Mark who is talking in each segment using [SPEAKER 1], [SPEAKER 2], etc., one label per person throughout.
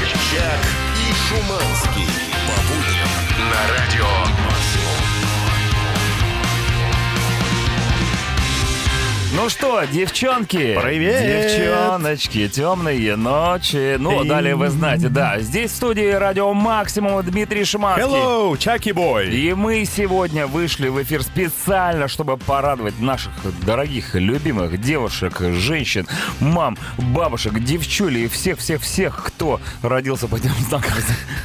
[SPEAKER 1] Собчак и Шуманский. По будням на радио.
[SPEAKER 2] Ну что, девчонки?
[SPEAKER 3] Привет!
[SPEAKER 2] Девчоночки, темные ночи. Ну,
[SPEAKER 3] Эй.
[SPEAKER 2] далее вы знаете, да. Здесь в студии радио Максимум Дмитрий Шиманский.
[SPEAKER 3] Hello, Чаки Бой.
[SPEAKER 2] И мы сегодня вышли в эфир специально, чтобы порадовать наших дорогих, любимых девушек, женщин, мам, бабушек, девчулей и всех-всех-всех, кто родился по этим знакам,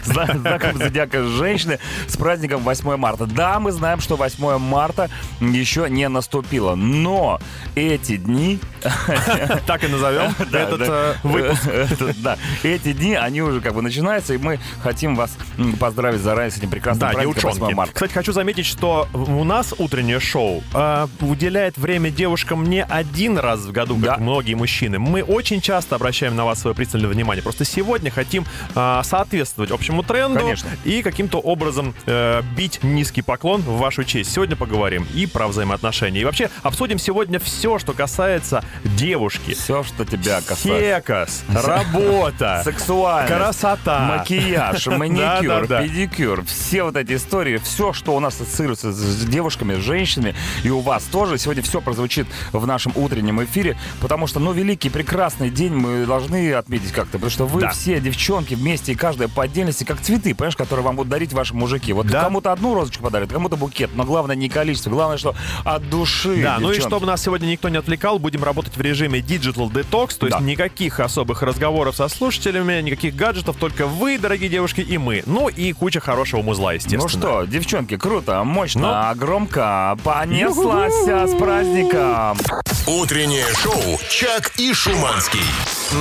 [SPEAKER 2] зна- знакам зодиака женщины с праздником 8 марта. Да, мы знаем, что 8 марта еще не наступило, но эти дни
[SPEAKER 3] Так и назовем
[SPEAKER 2] да,
[SPEAKER 3] этот
[SPEAKER 2] да.
[SPEAKER 3] э, выпуск.
[SPEAKER 2] Этот, да. Эти дни, они уже как бы начинаются, и мы хотим вас м, поздравить заранее с этим прекрасным
[SPEAKER 3] Да,
[SPEAKER 2] праздником
[SPEAKER 3] девчонки.
[SPEAKER 2] 8 марта.
[SPEAKER 3] Кстати, хочу заметить, что у нас утреннее шоу э, уделяет время девушкам не один раз в году, как
[SPEAKER 2] Да.
[SPEAKER 3] многие мужчины. Мы очень часто обращаем на вас свое пристальное внимание. Просто сегодня хотим э, соответствовать общему тренду
[SPEAKER 2] Конечно.
[SPEAKER 3] и каким-то образом э, бить низкий поклон в вашу честь. Сегодня поговорим и про взаимоотношения. И вообще обсудим сегодня все, что касается девушки.
[SPEAKER 2] Все, что тебя касается.
[SPEAKER 3] Секс, работа,
[SPEAKER 2] Сексуальность.
[SPEAKER 3] красота.
[SPEAKER 2] Макияж, маникюр,
[SPEAKER 3] да, да.
[SPEAKER 2] педикюр, все вот эти истории, все, что у нас ассоциируется с- с девушками, с женщинами, и у вас тоже. Сегодня все прозвучит в нашем утреннем эфире, потому что, ну, великий, прекрасный день мы должны отметить как-то, потому что вы
[SPEAKER 3] Да.
[SPEAKER 2] все девчонки вместе и каждая по отдельности, как цветы, понимаешь, которые вам будут дарить ваши мужики. Вот
[SPEAKER 3] Да.
[SPEAKER 2] кому-то одну розочку подарят, кому-то букет, но главное не количество, главное, что от души.
[SPEAKER 3] Да, ну и
[SPEAKER 2] девчонки.
[SPEAKER 3] чтобы нас сегодня никто не отвлекал, будем работать в режиме Digital Detox, то есть
[SPEAKER 2] Да.
[SPEAKER 3] никаких особых разговоров со слушателями, никаких гаджетов, только вы, дорогие девушки, и мы. Ну и куча хорошего музла, естественно. Ну.
[SPEAKER 2] Ну что, девчонки, круто, мощно, громко, понеслась
[SPEAKER 3] Ю-ху-ху!
[SPEAKER 2] с праздником.
[SPEAKER 1] Утреннее шоу Чак и Шуманский.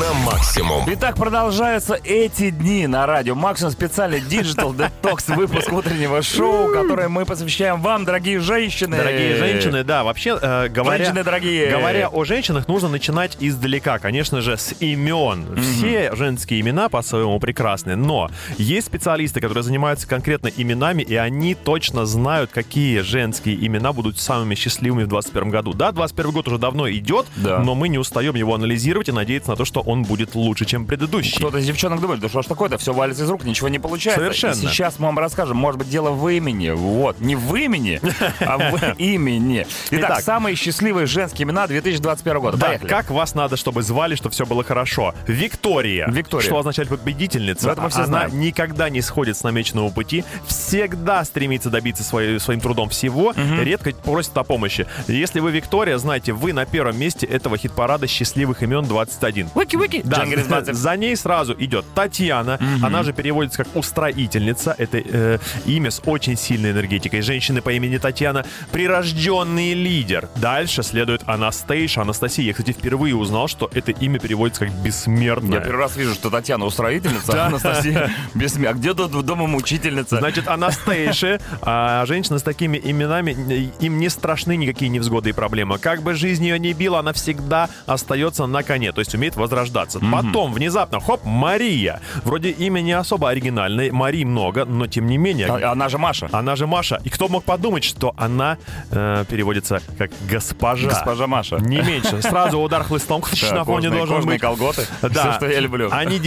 [SPEAKER 1] На максимум.
[SPEAKER 2] Итак, продолжаются эти дни на радио Максимум специальный Digital Detox выпуск утреннего шоу, которое мы посвящаем вам, дорогие женщины.
[SPEAKER 3] Дорогие женщины, да, вообще, э, говоря,
[SPEAKER 2] Женщины дорогие.
[SPEAKER 3] говоря о женщинах, нужно начинать издалека, конечно же, с имен. Все женские имена по-своему прекрасны, но есть специалисты, которые занимаются конкретно именами, и они точно знают, какие женские имена будут самыми счастливыми в 2021 году. Да, 2021 год уже давно идет,
[SPEAKER 2] Да.
[SPEAKER 3] но мы не устаем его анализировать и надеяться на то, что он будет лучше, чем предыдущий.
[SPEAKER 2] Кто-то из девчонок думает, да что ж такое-то, все валится из рук, ничего не получается.
[SPEAKER 3] Совершенно.
[SPEAKER 2] И сейчас мы вам расскажем, может быть, дело в имени. Вот, не в имени, а в имени. Итак,
[SPEAKER 3] Итак.
[SPEAKER 2] самые счастливые женские имена 2021 года.
[SPEAKER 3] Да,
[SPEAKER 2] Поехали.
[SPEAKER 3] как вас надо, чтобы звали, чтобы все было хорошо? Виктория.
[SPEAKER 2] Виктория.
[SPEAKER 3] Что означает победительница?
[SPEAKER 2] Ну, это мы все
[SPEAKER 3] Она
[SPEAKER 2] знаем.
[SPEAKER 3] никогда не сходит с намеченного пути, всегда стремится добиться своей- своим трудом всего, редко просит о помощи. Если вы Виктория, знаете, вы на первом месте этого хит-парада счастливых имен 21.
[SPEAKER 2] Выки-выки.
[SPEAKER 3] Да,
[SPEAKER 2] Джангир Азматов.
[SPEAKER 3] за ней сразу идет Татьяна. Она же переводится как устроительница. Это э, имя с очень сильной энергетикой. Женщины по имени Татьяна прирожденный лидер. Дальше следует Анастейша, Анастасия. Я, кстати, впервые узнал, что это имя переводится как
[SPEAKER 2] Я
[SPEAKER 3] бессмертная.
[SPEAKER 2] первый раз вижу, что Татьяна устроительница, а Анастасия бессмертная. А где тут дома мучительница?
[SPEAKER 3] Значит, Анастейши, а женщины с такими именами, э, им не страшны никакие невзгоды и проблемы. Как бы жизнь ее не била, она всегда остается на коне, то есть умеет возрождаться. Потом, внезапно, хоп, Мария. Вроде имя не особо оригинальное, Марии много, но тем не менее...
[SPEAKER 2] А- Она же Маша.
[SPEAKER 3] Она же Маша. И кто мог подумать, что она э, переводится как госпожа.
[SPEAKER 2] Госпожа Маша.
[SPEAKER 3] Не меньше. Сразу удар хлыстом
[SPEAKER 2] Да,
[SPEAKER 3] напомню,
[SPEAKER 2] кожные-
[SPEAKER 3] должен
[SPEAKER 2] кожные
[SPEAKER 3] быть. А
[SPEAKER 2] колготы. Все, что я люблю.
[SPEAKER 3] Они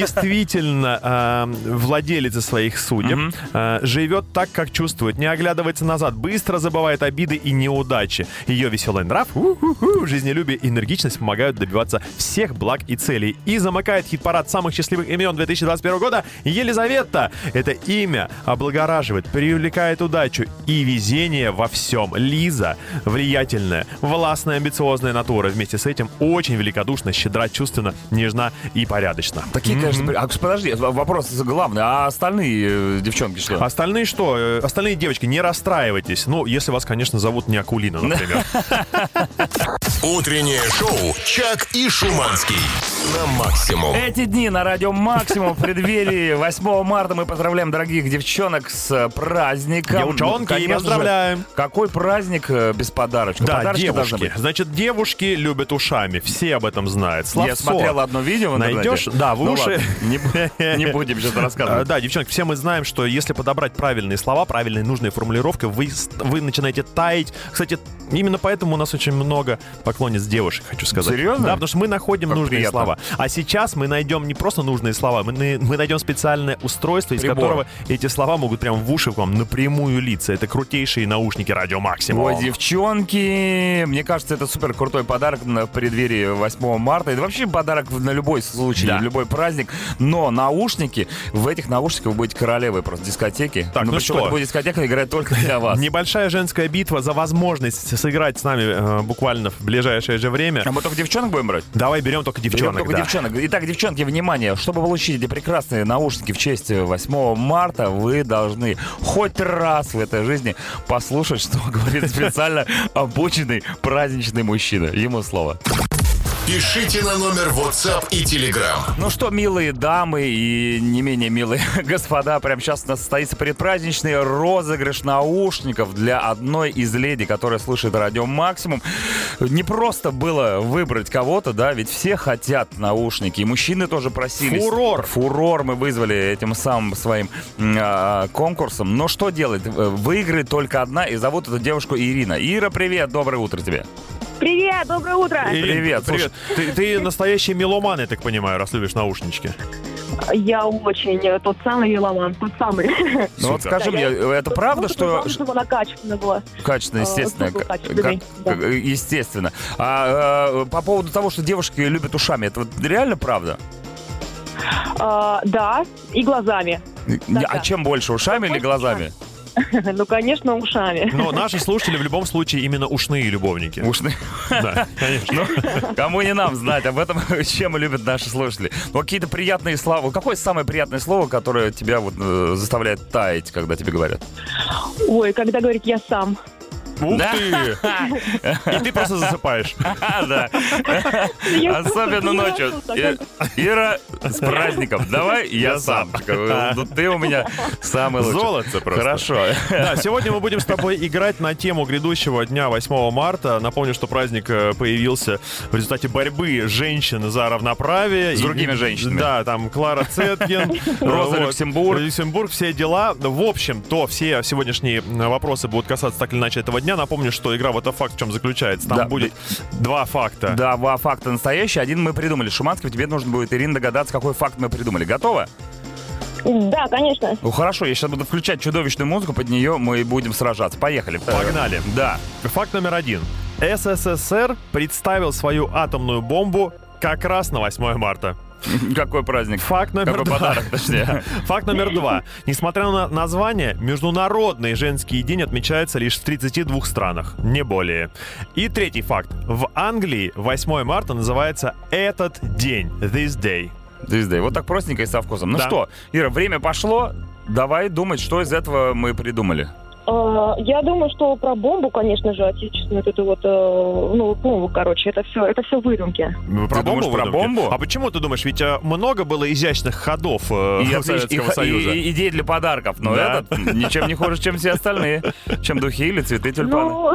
[SPEAKER 3] действительно э, владелицы своих судеб. Э, живет так, как чувствует. Не оглядывается назад. Быстро забывает обиды и неудачи. Ее веселый нрав, у-ху-ху, жизнелюбие и энергичность помогают добиваться всех благ и целей. И замыкает хит-парад самых счастливых имен 2021 года Елизавета. Это имя облагораживает, привлекает удачу и везение во всем. Лиза влиятельная, властная, амбициозная натура. Вместе с этим очень великодушна, щедра, чувственна, нежна и порядочна.
[SPEAKER 2] Такие, конечно, при- а, подожди, в- вопрос главный. А остальные э, девчонки что?
[SPEAKER 3] А Остальные что? Э, Остальные девочки, не расстраивайтесь. Ну, если вас, конечно, зовут не Акулина, например.
[SPEAKER 1] Утреннее шоу Чак и Шуманский. На максимум.
[SPEAKER 2] Эти дни на радио Максимум в преддверии 8 марта мы поздравляем дорогих девчонок с э, праздником.
[SPEAKER 3] Девчонки,
[SPEAKER 2] Ну, конечно же,
[SPEAKER 3] поздравляем.
[SPEAKER 2] Какой праздник э, без подарочка?
[SPEAKER 3] Да,
[SPEAKER 2] Подарочки должны
[SPEAKER 3] девушки. Значит, девушки любят ушами. Все об этом знают.
[SPEAKER 2] быть.
[SPEAKER 3] Славцо.
[SPEAKER 2] Я смотрел одно видео в интернете.
[SPEAKER 3] Найдешь? Да, в
[SPEAKER 2] Ну
[SPEAKER 3] уши.
[SPEAKER 2] ладно, не бу- Не будем сейчас
[SPEAKER 3] А,
[SPEAKER 2] рассказывать.
[SPEAKER 3] Да, девчонки, все мы знаем, что если подобрать правильные слова, правильные нужные формулировки, вы, с- вы начинаете таять. Кстати, именно поэтому у нас очень много по- поклонниц девушек, хочу сказать.
[SPEAKER 2] Серьезно?
[SPEAKER 3] Да, потому что мы находим
[SPEAKER 2] Как
[SPEAKER 3] нужные
[SPEAKER 2] приятно.
[SPEAKER 3] слова. А сейчас мы найдем не просто нужные слова, мы, на- мы найдем специальное устройство, из
[SPEAKER 2] Прибор.
[SPEAKER 3] которого эти слова могут прям в уши к вам напрямую литься. Это крутейшие наушники Радио Максимум.
[SPEAKER 2] Ой, девчонки, мне кажется, это супер крутой подарок на преддверии 8 марта. Это вообще подарок на любой случай,
[SPEAKER 3] Да.
[SPEAKER 2] любой праздник. Но наушники, в этих наушниках вы будете королевой просто дискотеки.
[SPEAKER 3] Так,
[SPEAKER 2] Но
[SPEAKER 3] ну
[SPEAKER 2] причем
[SPEAKER 3] что?
[SPEAKER 2] это будет дискотека играть только для вас.
[SPEAKER 3] Небольшая женская битва за возможность сыграть с нами э, буквально в ближайшее же время.
[SPEAKER 2] А мы только девчонок будем брать?
[SPEAKER 3] Давай берем только
[SPEAKER 2] Берем
[SPEAKER 3] девчонок.
[SPEAKER 2] только
[SPEAKER 3] да.
[SPEAKER 2] девчонок. Итак, девчонки, внимание, чтобы получить эти прекрасные наушники в честь 8 марта, вы должны хоть раз в этой жизни послушать, что говорит специально обученный праздничный мужчина. Ему слово.
[SPEAKER 1] Пишите на номер WhatsApp и Telegram.
[SPEAKER 2] Ну что, милые дамы и не менее милые господа, прямо сейчас у нас состоится предпраздничный розыгрыш наушников для одной из леди, которая слушает радио «Максимум». Не просто было выбрать кого-то, да, ведь все хотят наушники. И мужчины тоже просились.
[SPEAKER 3] Фурор!
[SPEAKER 2] Фурор мы вызвали этим самым своим м, а, конкурсом. Но что делать? Выиграет только одна, и зовут эту девушку Ирина. Ира, привет, доброе утро тебе.
[SPEAKER 4] Привет, доброе утро.
[SPEAKER 3] Ирина,
[SPEAKER 2] Привет,
[SPEAKER 3] привет. Ты, ты настоящий меломан, я так понимаю, раз любишь наушнички.
[SPEAKER 4] Я очень э, тот самый Еломан, тот самый.
[SPEAKER 2] Ну вот
[SPEAKER 3] Супер.
[SPEAKER 2] скажи
[SPEAKER 4] Да,
[SPEAKER 2] мне,
[SPEAKER 4] я-
[SPEAKER 2] это правда, что...
[SPEAKER 4] чтобы она качественная была.
[SPEAKER 2] Качественно,
[SPEAKER 4] Э,
[SPEAKER 2] естественно.
[SPEAKER 4] звук был
[SPEAKER 2] Как-
[SPEAKER 4] качественный,
[SPEAKER 2] как-
[SPEAKER 4] да.
[SPEAKER 2] как- Естественно. А э, по поводу того, что девушки любят ушами, это вот реально правда?
[SPEAKER 4] А, да, и глазами. Да,
[SPEAKER 2] а
[SPEAKER 4] да.
[SPEAKER 2] чем больше, ушами или
[SPEAKER 4] больше
[SPEAKER 2] глазами?
[SPEAKER 4] Ну, конечно, ушами.
[SPEAKER 3] Но наши слушатели в любом случае именно ушные любовники.
[SPEAKER 2] Ушные.
[SPEAKER 3] Да, конечно.
[SPEAKER 2] Ну, кому не нам знать об этом, чем любят наши слушатели. Ну, какие-то приятные слова. Какое самое приятное слово, которое тебя вот э, заставляет таять, когда тебе говорят?
[SPEAKER 4] Ой, когда говорит «я сам».
[SPEAKER 3] Ух
[SPEAKER 2] Да.
[SPEAKER 3] ты! И ты просто засыпаешь.
[SPEAKER 2] А, да.
[SPEAKER 4] Я
[SPEAKER 2] Особенно
[SPEAKER 4] просто
[SPEAKER 2] ночью.
[SPEAKER 4] не
[SPEAKER 2] И- Ира, с праздником. Давай я сам. Ну, Ты у меня самый лучший.
[SPEAKER 3] Золото просто.
[SPEAKER 2] Хорошо.
[SPEAKER 3] Да, сегодня мы будем с тобой играть на тему грядущего дня 8 марта. Напомню, что праздник э, появился в результате борьбы женщин за равноправие.
[SPEAKER 2] С
[SPEAKER 3] И-
[SPEAKER 2] другими женщинами.
[SPEAKER 3] Да, там Клара Цеткин,
[SPEAKER 2] Роза
[SPEAKER 3] вот,
[SPEAKER 2] Люксембург.
[SPEAKER 3] Люксембург, все дела. В общем-то, все сегодняшние м, вопросы будут касаться так или иначе этого дня. Напомню, что игра вот факт в чем заключается.
[SPEAKER 2] Да.
[SPEAKER 3] Там будет два факта.
[SPEAKER 2] Да, два факта настоящие. Один мы придумали. Шуманский, тебе нужно будет, Ирина, догадаться, какой факт мы придумали. Готово?
[SPEAKER 4] знаю. Да, конечно.
[SPEAKER 2] Ну хорошо, я сейчас буду включать чудовищную музыку, под нее мы и будем сражаться. Поехали.
[SPEAKER 3] Погнали.
[SPEAKER 2] Да.
[SPEAKER 3] Факт номер один. СССР представил свою атомную бомбу как раз на 8 марта.
[SPEAKER 2] Какой праздник?
[SPEAKER 3] Факт номер
[SPEAKER 2] Какой
[SPEAKER 3] два.
[SPEAKER 2] подарок, точнее.
[SPEAKER 3] Факт номер два. Несмотря на название, Международный женский день отмечается лишь в 32 странах, не более. И третий факт. В Англии 8 марта называется «Этот день», «This Day».
[SPEAKER 2] This day. Вот так простенько и со вкусом. Ну
[SPEAKER 3] Да.
[SPEAKER 2] что, Ира, время пошло. Давай думать, что из этого мы придумали.
[SPEAKER 4] Э, Я думаю, что про бомбу, конечно же, отечественную, вот эту вот, э, ну, бомбу, короче, это все, это все выдумки.
[SPEAKER 2] Ты думаешь про
[SPEAKER 3] выдумки?
[SPEAKER 2] бомбу?
[SPEAKER 3] А почему ты думаешь? Ведь э, много было изящных ходов э,
[SPEAKER 2] И отлич-
[SPEAKER 3] у
[SPEAKER 2] и
[SPEAKER 3] Советского
[SPEAKER 2] х-
[SPEAKER 3] Союза.
[SPEAKER 2] и- и идеи для подарков. Но
[SPEAKER 3] Да.
[SPEAKER 2] этот ничем не хуже, чем все остальные. Чем духи или цветы тюльпаны.
[SPEAKER 4] Ну,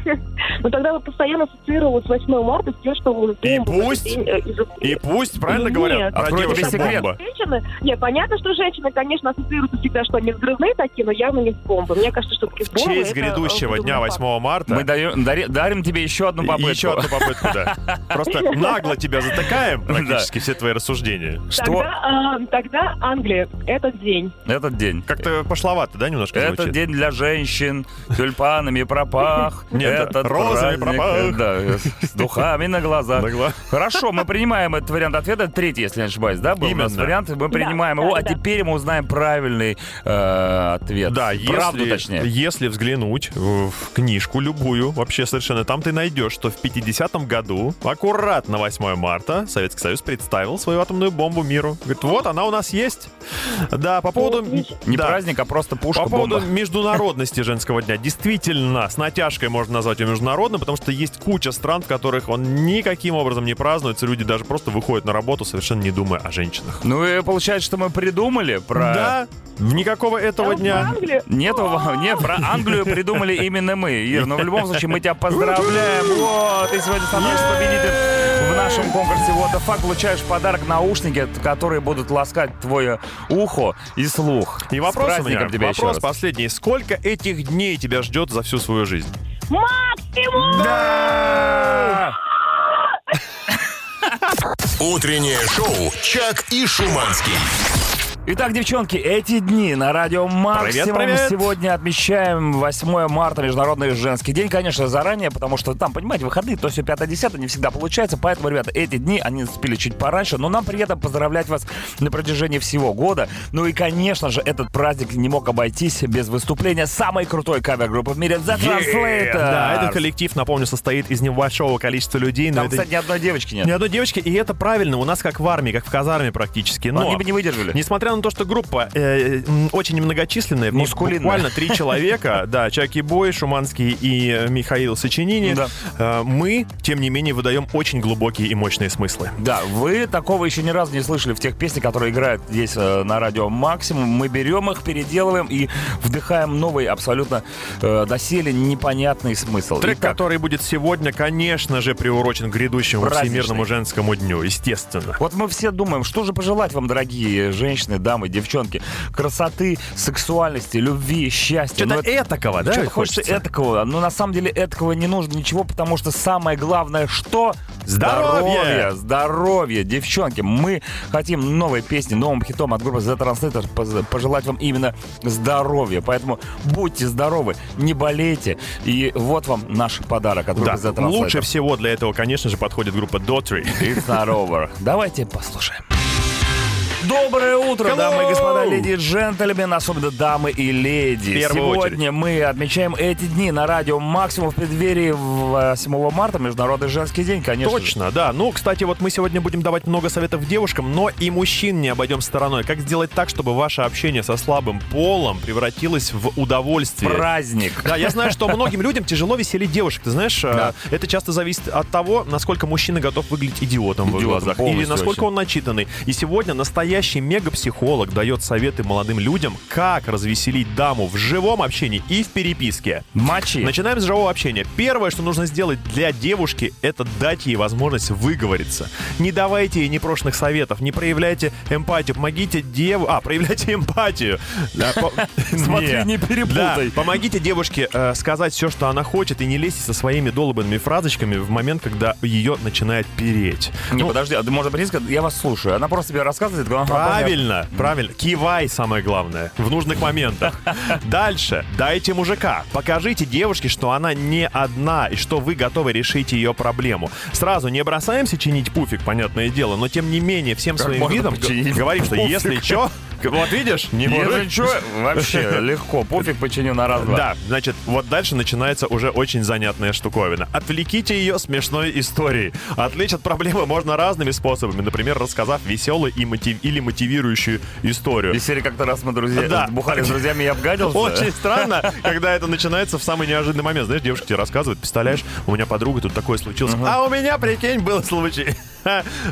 [SPEAKER 4] ну, тогда вы постоянно ассоциировал вот 8 марта с тем, что вы
[SPEAKER 3] И
[SPEAKER 4] бомбу в этот
[SPEAKER 3] пусть,
[SPEAKER 4] день, э, изоб-
[SPEAKER 3] И пусть, правильно
[SPEAKER 4] Нет.
[SPEAKER 3] говорят, про
[SPEAKER 2] Открой тебе
[SPEAKER 3] девушек
[SPEAKER 2] секрет.
[SPEAKER 3] бомба.
[SPEAKER 4] Женщины, не, понятно, что женщины, конечно, ассоциируются всегда, что они взрывные такие, но явно не с бомбы. Мне кажется, что таки
[SPEAKER 3] В честь грядущего дня 8 марта
[SPEAKER 2] Мы даем- дари- дарим тебе еще одну Ну, попытку.
[SPEAKER 3] Еще одну попытку, да. Просто нагло тебя затыкаем практически все твои рассуждения.
[SPEAKER 2] Что
[SPEAKER 4] Тогда, а, тогда Англия, этот день.
[SPEAKER 2] этот день?
[SPEAKER 3] Как-то пошловато, да, немножко
[SPEAKER 2] Этот
[SPEAKER 3] звучит?
[SPEAKER 2] день для женщин, тюльпанами пропах.
[SPEAKER 3] Нет,
[SPEAKER 2] этот
[SPEAKER 3] розами
[SPEAKER 2] праздник, э,
[SPEAKER 3] пропах.
[SPEAKER 2] Да, с духами на глазах.
[SPEAKER 3] На гла-
[SPEAKER 2] Хорошо, мы принимаем этот вариант ответа. Третий, если не ошибаюсь, да, был у нас
[SPEAKER 3] Именно.
[SPEAKER 2] вариант. Мы принимаем
[SPEAKER 4] да,
[SPEAKER 2] его, а
[SPEAKER 4] да.
[SPEAKER 2] теперь мы узнаем правильный э, ответ.
[SPEAKER 3] Да,
[SPEAKER 2] Правду,
[SPEAKER 3] если,
[SPEAKER 2] точнее.
[SPEAKER 3] если взглянуть в в книжку любую, вообще совершенно, там ты найдешь, что в 50-м году, аккуратно 8 марта, Советский Союз представил свою атомную бомбу миру. Говорит, вот она у нас есть. Да, по поводу...
[SPEAKER 4] видишь.
[SPEAKER 2] Не
[SPEAKER 3] да.
[SPEAKER 2] праздник, а просто пушка
[SPEAKER 3] По поводу
[SPEAKER 2] бомба.
[SPEAKER 3] международности женского дня. Действительно, с натяжкой можно назвать его международным, потому что есть куча стран, в которых он никаким образом не празднуется. Люди даже просто выходят на работу, совершенно не думая о женщинах.
[SPEAKER 2] Ну и получается, что мы придумали про...
[SPEAKER 3] Да, никакого этого дня.
[SPEAKER 4] Англия?
[SPEAKER 2] Нет, Вова, нет, про Англию придумали ну, именно мы, Ир. Но в любом случае мы тебя поздравляем. Вот, ты сегодня становишься победителем в нашем конкурсе What the Fuck получаешь в подарок наушники, которые будут ласкать твое ухо и слух.
[SPEAKER 3] И
[SPEAKER 2] С
[SPEAKER 3] вопрос у меня,
[SPEAKER 2] праздником тебя еще
[SPEAKER 3] вопрос
[SPEAKER 2] раз.
[SPEAKER 3] последний. Сколько этих дней тебя ждет за всю свою жизнь?
[SPEAKER 4] Максимум!
[SPEAKER 2] А!
[SPEAKER 3] Да!
[SPEAKER 1] Утреннее шоу «Чак и Шуманский».
[SPEAKER 2] Итак, девчонки, эти дни на радио Максимум
[SPEAKER 3] привет.
[SPEAKER 2] сегодня отмечаем 8 марта, Международный женский день, конечно, заранее, потому что там, понимаете, выходные, то все 5-10 не всегда получается, поэтому, ребята, эти дни, они спили чуть пораньше, но нам приятно поздравлять вас на протяжении всего года. Ну и, конечно же, этот праздник не мог обойтись без выступления самой крутой кавер-группы в мире The Translator.
[SPEAKER 3] Да, этот коллектив, напомню, состоит из небольшого количества людей. Но
[SPEAKER 2] Там,
[SPEAKER 3] это
[SPEAKER 2] кстати, ни одной девочки нет.
[SPEAKER 3] ни одной девочки, и это правильно. У нас как в армии, как в казарме практически. Но
[SPEAKER 2] Они бы не выдержали.
[SPEAKER 3] Несмотря на то, что группа э, м, очень немногочисленная, в ней
[SPEAKER 2] Мускулинная.
[SPEAKER 3] буквально три человека, да, Чаки Бой, Шуманский и э, Михаил Сочинини,
[SPEAKER 2] Да.
[SPEAKER 3] э, мы, тем не менее, выдаем очень глубокие и мощные смыслы.
[SPEAKER 2] Да, вы такого еще ни разу не слышали в тех песнях, которые играют здесь э, на радио Максимум. Мы берем их, переделываем и вдыхаем новый, абсолютно э, доселе непонятный смысл.
[SPEAKER 3] Трек,
[SPEAKER 2] Итак,
[SPEAKER 3] который будет сегодня, конечно же, приурочен к грядущему
[SPEAKER 2] Праздничный.
[SPEAKER 3] Всемирному женскому дню, естественно.
[SPEAKER 2] Вот мы все думаем, что же пожелать вам, дорогие женщины, дамы, девчонки. Красоты, сексуальности, любви, счастья.
[SPEAKER 3] Что-то
[SPEAKER 2] Но это-
[SPEAKER 3] этакого, да?
[SPEAKER 2] Что-то ну, хочется этакого, но на самом деле этакого не нужно ничего, потому что самое главное, что...
[SPEAKER 3] Здоровье!
[SPEAKER 2] Здоровье! Здоровье! Девчонки, мы хотим новой песни, новым хитом от группы The Translator поз- пожелать вам именно здоровья. Поэтому будьте здоровы, не болейте. И вот вам наш подарок от группы
[SPEAKER 3] Да,
[SPEAKER 2] The Translator.
[SPEAKER 3] лучше всего для этого, конечно же, подходит группа Дотри.
[SPEAKER 2] It's not over. Давайте послушаем. Доброе утро,
[SPEAKER 3] Hello!
[SPEAKER 2] дамы и господа, леди и джентльмены, особенно дамы и леди.
[SPEAKER 3] первую
[SPEAKER 2] Сегодня мы отмечаем эти дни на радио «Максимум» в преддверии 8 марта, Международный женский день, конечно. же.
[SPEAKER 3] Точно, да. Ну, кстати, вот мы сегодня будем давать много советов девушкам, но и мужчин не обойдем стороной. Как сделать так, чтобы ваше общение со слабым полом превратилось в удовольствие?
[SPEAKER 2] Праздник.
[SPEAKER 3] Да, я знаю, что многим людям тяжело веселить девушек. Ты знаешь, э,
[SPEAKER 2] Да.
[SPEAKER 3] это часто зависит от того, насколько мужчина готов выглядеть идиотом, в их
[SPEAKER 2] Идиотом
[SPEAKER 3] глазах. Или
[SPEAKER 2] полностью
[SPEAKER 3] насколько
[SPEAKER 2] вообще.
[SPEAKER 3] он начитанный. И сегодня настоящий мегапсихолог дает советы молодым людям, как развеселить даму в живом общении и в переписке.
[SPEAKER 2] Мочи.
[SPEAKER 3] Начинаем с живого общения. Первое, что нужно сделать для девушки, это дать ей возможность выговориться. Не давайте ей непрошенных советов, не проявляйте эмпатию, помогите дев... А, проявляйте эмпатию. Да, по-
[SPEAKER 2] Смотри, не перепутай.
[SPEAKER 3] Да, помогите девушке э, сказать все, что она хочет, и не лезьте со своими долбанными фразочками в момент, когда ее начинает переть.
[SPEAKER 2] Не,
[SPEAKER 3] Ну,
[SPEAKER 2] подожди, а ты, может быть, резко? я вас слушаю. Она просто тебе рассказывает. говорит, «Ага,
[SPEAKER 3] Правильно, правильно. Кивай, самое главное, в нужных моментах. Дальше. Дайте мужика. Покажите девушке, что она не одна и что вы готовы решить ее проблему. Сразу не бросаемся чинить пуфик, понятное дело, но тем не менее всем своим
[SPEAKER 2] можно
[SPEAKER 3] видом
[SPEAKER 2] починить
[SPEAKER 3] говорим, что
[SPEAKER 2] пуфик?
[SPEAKER 3] если что... Вот видишь, не
[SPEAKER 2] понятно».
[SPEAKER 3] мужик.
[SPEAKER 2] Если чё, вообще легко, пофиг починю на раз-два.
[SPEAKER 3] Да, значит, вот дальше начинается уже очень занятная штуковина. Отвлеките ее смешной историей. Отвлечь от проблемы можно разными способами. Например, рассказав веселую и мотив... или мотивирующую историю.
[SPEAKER 2] Из серии как-то раз мы друзья,
[SPEAKER 3] Да.
[SPEAKER 2] бухали с друзьями и обгадился.
[SPEAKER 3] Очень странно, когда это начинается в самый неожиданный момент. Знаешь, девушка тебе рассказывает, представляешь, у меня подруга тут такое случилось. А у меня, прикинь, был случай.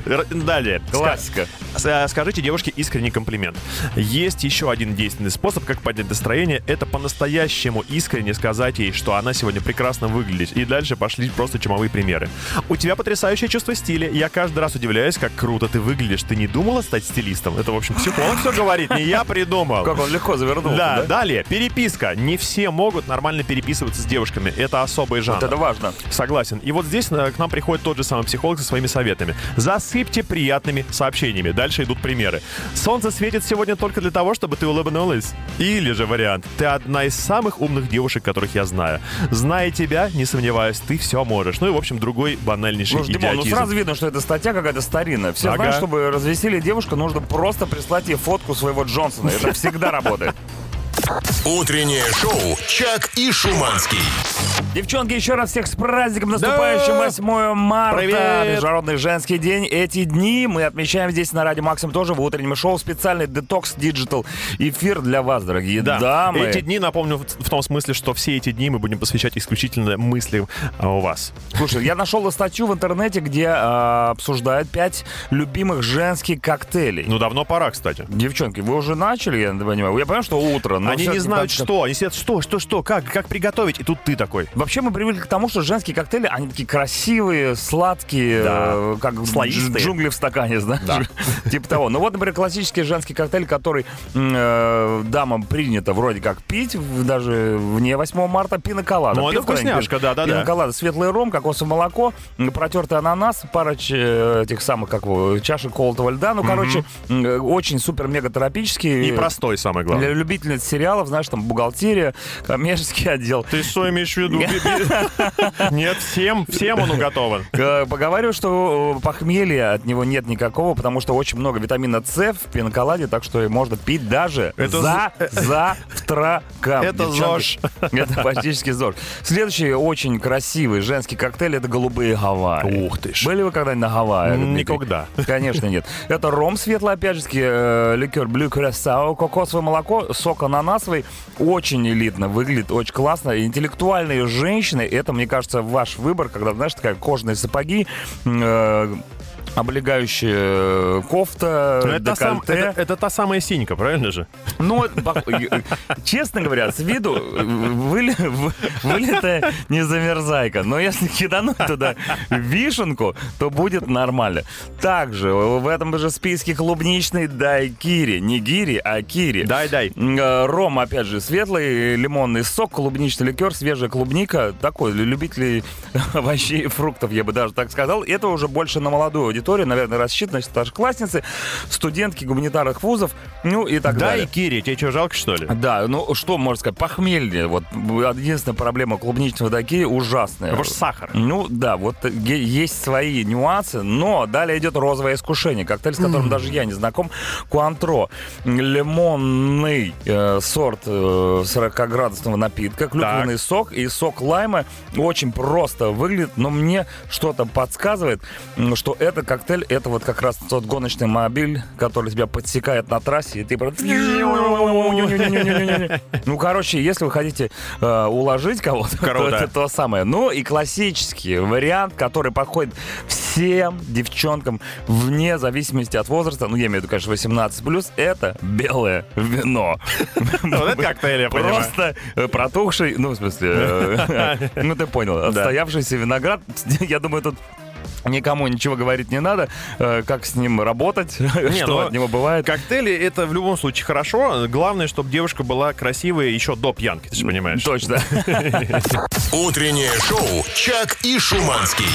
[SPEAKER 3] Р- Далее.
[SPEAKER 2] Классика.
[SPEAKER 3] С- э, Скажите девушке искренний комплимент. Есть еще один действенный способ, как поднять настроение. Это по-настоящему искренне сказать ей, что она сегодня прекрасно выглядит. И дальше пошли просто чумовые примеры. У тебя потрясающее чувство стиля. Я каждый раз удивляюсь, как круто ты выглядишь. Ты не думала стать стилистом? Это, в общем, психолог все говорит, не я придумал.
[SPEAKER 2] Как он легко завернул.
[SPEAKER 3] Да, далее, переписка. Не все могут нормально переписываться с девушками. Это особый жанр.
[SPEAKER 2] Вот это важно.
[SPEAKER 3] Согласен. И вот здесь э, к нам приходит тот же самый психолог со своими советами. Засыпьте приятными сообщениями. Дальше идут примеры. Солнце светит сегодня только для того, чтобы ты улыбнулась. Или же вариант. Ты одна из самых умных девушек, которых я знаю. Зная тебя, не сомневаюсь, ты все можешь. Ну и, в общем, другой банальнейший
[SPEAKER 2] Слушай, Димон, ну
[SPEAKER 3] идиотизм.
[SPEAKER 2] сразу видно, что это статья какая-то старинная. Все
[SPEAKER 3] Ага.
[SPEAKER 2] знают, чтобы развеселить девушку, нужно просто прислать ей фотку своего Джонсона. Это всегда работает.
[SPEAKER 1] Утреннее шоу «Чак и Шуманский».
[SPEAKER 2] Девчонки, еще раз всех с праздником наступающим 8 марта.
[SPEAKER 3] Привет!
[SPEAKER 2] Международный женский день. Эти дни мы отмечаем здесь на Радио Максим тоже в утреннем шоу. Специальный детокс диджитал эфир для вас, дорогие
[SPEAKER 3] Да.
[SPEAKER 2] дамы.
[SPEAKER 3] Эти дни, напомню, в в том смысле, что все эти дни мы будем посвящать исключительно мыслям а, у вас.
[SPEAKER 2] Слушай, я нашел статью в интернете, где а, обсуждают 5 любимых женских коктейлей.
[SPEAKER 3] Ну, давно пора, кстати.
[SPEAKER 2] Девчонки, вы уже начали, я не понимаю. Я понимаю, что утро, но
[SPEAKER 3] Они не
[SPEAKER 2] Ну, всё-таки
[SPEAKER 3] знают,
[SPEAKER 2] как-
[SPEAKER 3] что. Они сидят, что, что, что, как, как приготовить. И тут ты такой.
[SPEAKER 2] Вообще мы привыкли к тому, что женские коктейли, они такие красивые, сладкие,
[SPEAKER 3] Да.
[SPEAKER 2] э, как дж-
[SPEAKER 3] Слоистые.
[SPEAKER 2] джунгли в стакане, знаешь, типа того. Ну вот, например, классический женский коктейль, который м, э, дамам принято вроде как пить, в- даже вне 8 марта, пиноколада.
[SPEAKER 3] Ну, это вкусняшка, да-да-да.
[SPEAKER 2] Пиноколада, светлый ром, кокосовое молоко, м, протертый ананас, пара ч- э, этих самых, как его, чашек колотого льда. Ну, короче, м, э, очень супер-мега тропический.
[SPEAKER 3] Непростой, самое
[SPEAKER 2] Для
[SPEAKER 3] главное.
[SPEAKER 2] любительниц сериалов, знаешь, там бухгалтерия, коммерческий отдел.
[SPEAKER 3] Ты что имеешь в виду? Нет, всем, всем он уготован.
[SPEAKER 2] Э, Поговорю, что э, похмелья от него нет никакого, потому что очень много витамина С в пиноколаде, так что и можно пить даже
[SPEAKER 3] Это
[SPEAKER 2] за завтраком.
[SPEAKER 3] Это
[SPEAKER 2] девчонки. Это практически ЗОЖ. Следующий очень красивый женский коктейль — это голубые Гавайи.
[SPEAKER 3] Ух ты ж.
[SPEAKER 2] Были вы когда-нибудь на Гавайях? Дмитрий?
[SPEAKER 3] Никогда.
[SPEAKER 2] Конечно нет. Это ром светлый, опять же, таки, э, ликер Blue Curacao, кокосовое молоко, сок ананасовый. Очень элитно выглядит, очень классно. И Интеллектуальные женщины, это, мне кажется, ваш выбор, когда, знаешь, такая кожаные сапоги, м, э, облегающая э, кофта,
[SPEAKER 3] Но Ну, это, та сам-
[SPEAKER 2] декольте.
[SPEAKER 3] это- это та самая синька, правильно же?
[SPEAKER 2] Ну, это пох- э, э, честно говоря, с виду э, выли- в- вылитая не замерзайка. Но если кидануть туда вишенку, то будет нормально. Также э, в этом же списке клубничный дайкири. Не гири, а кири.
[SPEAKER 3] Дай-дай.
[SPEAKER 2] Э, Ром, опять же, светлый, лимонный сок, клубничный ликер, свежая клубника. Такой, для любителей овощей и фруктов, я бы даже так сказал. Это уже больше на молодую аудиторию, наверное, рассчитано, старшеклассницы, студентки гуманитарных вузов, ну и так
[SPEAKER 3] Да, и
[SPEAKER 2] далее.
[SPEAKER 3] Кири, тебе что, жалко, что ли?
[SPEAKER 2] Да, ну что можно сказать, похмелье. Вот единственная проблема клубничного дайкири ужасная.
[SPEAKER 3] Потому что сахар.
[SPEAKER 2] Ну да, вот э, е- есть свои нюансы, но далее идет розовое искушение, коктейль, с которым даже я не знаком, Куантро, лимонный э, сорт э, 40-градусного напитка, клюквенный сок и сок лайма, очень просто выглядит, но мне что-то подсказывает, м, что это коктейль, это вот как раз тот гоночный мобиль, который тебя подсекает на трассе, и ты про- Ну, короче, если вы хотите э, уложить кого-то, то
[SPEAKER 3] Кого, да.
[SPEAKER 2] это то самое. Ну и классический вариант, который подходит всем девчонкам вне зависимости от возраста, ну я имею в виду, конечно, 18+, это белое вино.
[SPEAKER 3] Вот это коктейль, я понимаю.
[SPEAKER 2] Просто э, протухший, ну, в смысле, э, ну, ты понял, отстоявшийся виноград. Я думаю, тут никому ничего говорить не надо, э, как с ним работать,
[SPEAKER 3] ну,
[SPEAKER 2] что от него бывает.
[SPEAKER 3] Коктейли это в любом случае хорошо. Главное, чтобы девушка была красивая еще до пьянки, ты же понимаешь.
[SPEAKER 2] Точно.
[SPEAKER 1] Утреннее шоу «Чак и Шуманский».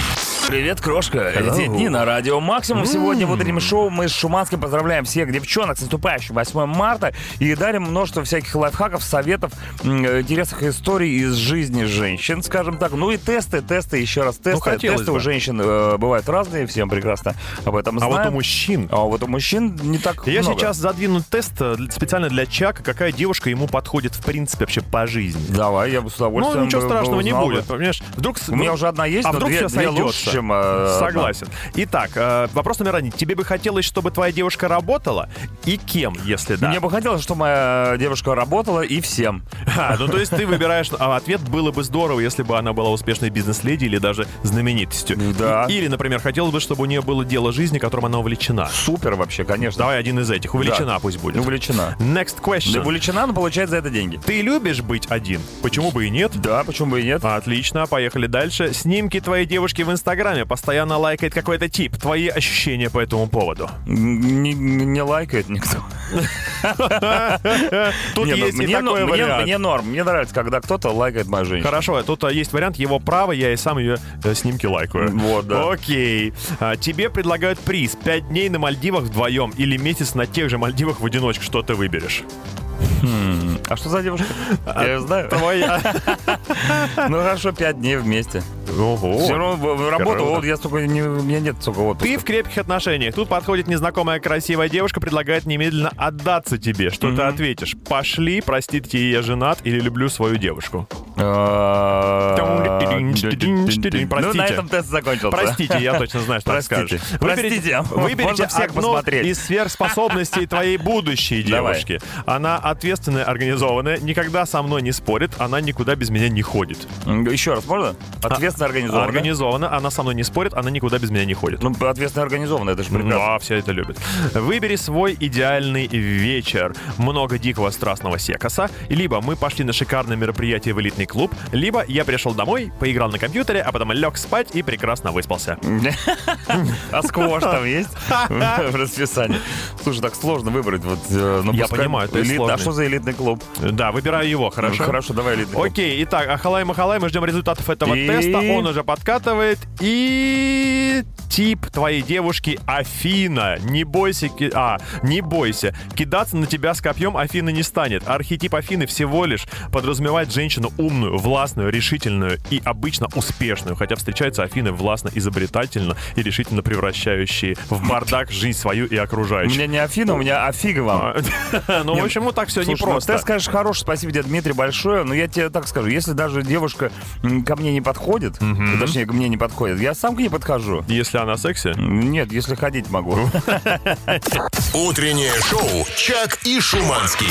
[SPEAKER 2] Привет, крошка. Эти дни на радио Максимум. Сегодня в утреннем шоу мы с Шуманским поздравляем всех девчонок с наступающим 8 марта и дарим множество всяких лайфхаков, советов, м, э, интересных историй из жизни женщин, скажем так. Ну и тесты, тесты, еще раз тесты.
[SPEAKER 3] Ну, хотелось
[SPEAKER 2] тесты у
[SPEAKER 3] бы.
[SPEAKER 2] женщин э, бывают разные, всем прекрасно об этом
[SPEAKER 3] А
[SPEAKER 2] знаем.
[SPEAKER 3] вот у мужчин.
[SPEAKER 2] А вот у мужчин не так
[SPEAKER 3] Я
[SPEAKER 2] много.
[SPEAKER 3] сейчас задвину тест э, для- специально для Чака, какая девушка ему подходит в принципе вообще по жизни.
[SPEAKER 2] Давай, я бы с удовольствием...
[SPEAKER 3] Ну, ничего
[SPEAKER 2] бы- бы
[SPEAKER 3] страшного не
[SPEAKER 2] узнал бы.
[SPEAKER 3] будет, понимаешь? Вдруг... с-
[SPEAKER 2] У меня
[SPEAKER 3] ну,
[SPEAKER 2] уже одна есть,
[SPEAKER 3] а
[SPEAKER 2] но
[SPEAKER 3] вдруг
[SPEAKER 2] две,
[SPEAKER 3] сейчас
[SPEAKER 2] две
[SPEAKER 3] найдется.
[SPEAKER 2] лучше, чем... э, одна.
[SPEAKER 3] Согласен. Итак, э, вопрос номер один. Тебе бы хотелось, чтобы твоя девушка работала? И кем, если да?
[SPEAKER 2] Мне бы хотелось, чтобы моя девушка работала и всем.
[SPEAKER 3] А, ну то есть ты выбираешь... А ответ было бы здорово, если бы она была успешной бизнес-леди или даже знаменитостью.
[SPEAKER 2] Да.
[SPEAKER 3] И- Или, например, хотелось бы, чтобы у нее было дело жизни, которым она увлечена.
[SPEAKER 2] Супер вообще, конечно.
[SPEAKER 3] Давай один из этих. Увлечена
[SPEAKER 2] Да.
[SPEAKER 3] пусть будет.
[SPEAKER 2] Увлечена.
[SPEAKER 3] Next question.
[SPEAKER 2] Да, увлечена, но получает за это деньги.
[SPEAKER 3] Ты любишь быть один? Почему бы и нет?
[SPEAKER 2] Да, почему бы и нет?
[SPEAKER 3] Отлично, поехали дальше. Снимки твоей девушки в Инстаграме постоянно лайкает какой-то тип. Твои ощущения по этому поводу?
[SPEAKER 2] Н- Не, не лайкает никто.
[SPEAKER 3] Тут
[SPEAKER 2] Не, ну,
[SPEAKER 3] есть и
[SPEAKER 2] мне,
[SPEAKER 3] такой
[SPEAKER 2] но- мне-
[SPEAKER 3] вариант.
[SPEAKER 2] мне норм. Мне нравится, когда кто-то лайкает мою женщину.
[SPEAKER 3] Хорошо, тут а, есть вариант, его право, я и сам ее э, снимки лайкаю.
[SPEAKER 2] Вот, да.
[SPEAKER 3] Окей. А, тебе предлагают приз. Пять дней на Мальдивах вдвоем или месяц на тех же Мальдивах в одиночку. Что ты выберешь?
[SPEAKER 2] А что за девушка?
[SPEAKER 3] А
[SPEAKER 2] Я её знаю.
[SPEAKER 3] Твоя.
[SPEAKER 2] Ну хорошо, пять дней вместе. Все
[SPEAKER 3] Ого.
[SPEAKER 2] равно в- в работу,
[SPEAKER 3] круто.
[SPEAKER 2] вот я столько, не- у меня нет столько вот.
[SPEAKER 3] Ты в крепких отношениях. Тут подходит незнакомая красивая девушка, предлагает немедленно отдаться тебе. Что ты ответишь? Пошли, простите, я женат или люблю свою девушку.
[SPEAKER 2] А, Ну, на
[SPEAKER 3] Простите.
[SPEAKER 2] этом тест закончился.
[SPEAKER 3] Простите, я точно знаю, что
[SPEAKER 2] Простите.
[SPEAKER 3] ты скажешь. Выберите,
[SPEAKER 2] Простите,
[SPEAKER 3] выберите
[SPEAKER 2] можно всех
[SPEAKER 3] одну
[SPEAKER 2] посмотреть.
[SPEAKER 3] из сверхспособностей твоей будущей
[SPEAKER 2] Давай.
[SPEAKER 3] девушки. Она ответственная, организованная, никогда со мной не спорит, она никуда без меня не ходит.
[SPEAKER 2] Еще раз, можно?
[SPEAKER 3] А,
[SPEAKER 2] Ответственно организованно.
[SPEAKER 3] Организована, она со мной не спорит, она никуда без меня не ходит.
[SPEAKER 2] Ну, ответственно организованно, это же прекрасно.
[SPEAKER 3] Да, Ну, а все это любят. Выбери свой идеальный вечер. Много дикого страстного секаса. Либо мы пошли на шикарное мероприятие в элитный клуб, либо я пришел домой, поиграл на компьютере, а потом лег спать и прекрасно выспался.
[SPEAKER 2] А сквош там есть в расписании? Слушай, так сложно выбрать. Вот, э, ну,
[SPEAKER 3] Я
[SPEAKER 2] пускай
[SPEAKER 3] понимаю, это
[SPEAKER 2] элит-
[SPEAKER 3] сложно.
[SPEAKER 2] А что за элитный клуб?
[SPEAKER 3] Да, выбираю его, хорошо?
[SPEAKER 2] Хорошо, давай элитный клуб.
[SPEAKER 3] Окей, итак, Ахалай Махалай, мы ждем результатов этого
[SPEAKER 2] И-
[SPEAKER 3] теста. Он уже подкатывает. И тип твоей девушки Афина. Не бойся, ки- а, не бойся. Кидаться на тебя с копьем Афина не станет. Архетип Афины всего лишь подразумевает женщину умную, властную, решительную и обычно успешную. Хотя встречаются Афины властно, изобретательно и решительно превращающие в бардак жизнь свою и
[SPEAKER 2] У
[SPEAKER 3] окружающих.
[SPEAKER 2] меня не Афина, у меня Афига вам.
[SPEAKER 3] Ну, в общем, вот так все
[SPEAKER 2] Слушай, ну,
[SPEAKER 3] непросто.
[SPEAKER 2] Тест, конечно, хороший. Спасибо тебе, Дмитрий, большое. Но я тебе так скажу. Если даже девушка м, ко мне не подходит, точнее, ко мне не подходит, я сам к ней подхожу.
[SPEAKER 3] Если она секси?
[SPEAKER 2] М, Нет, если ходить могу.
[SPEAKER 1] Утреннее шоу «Чак и Шуманский».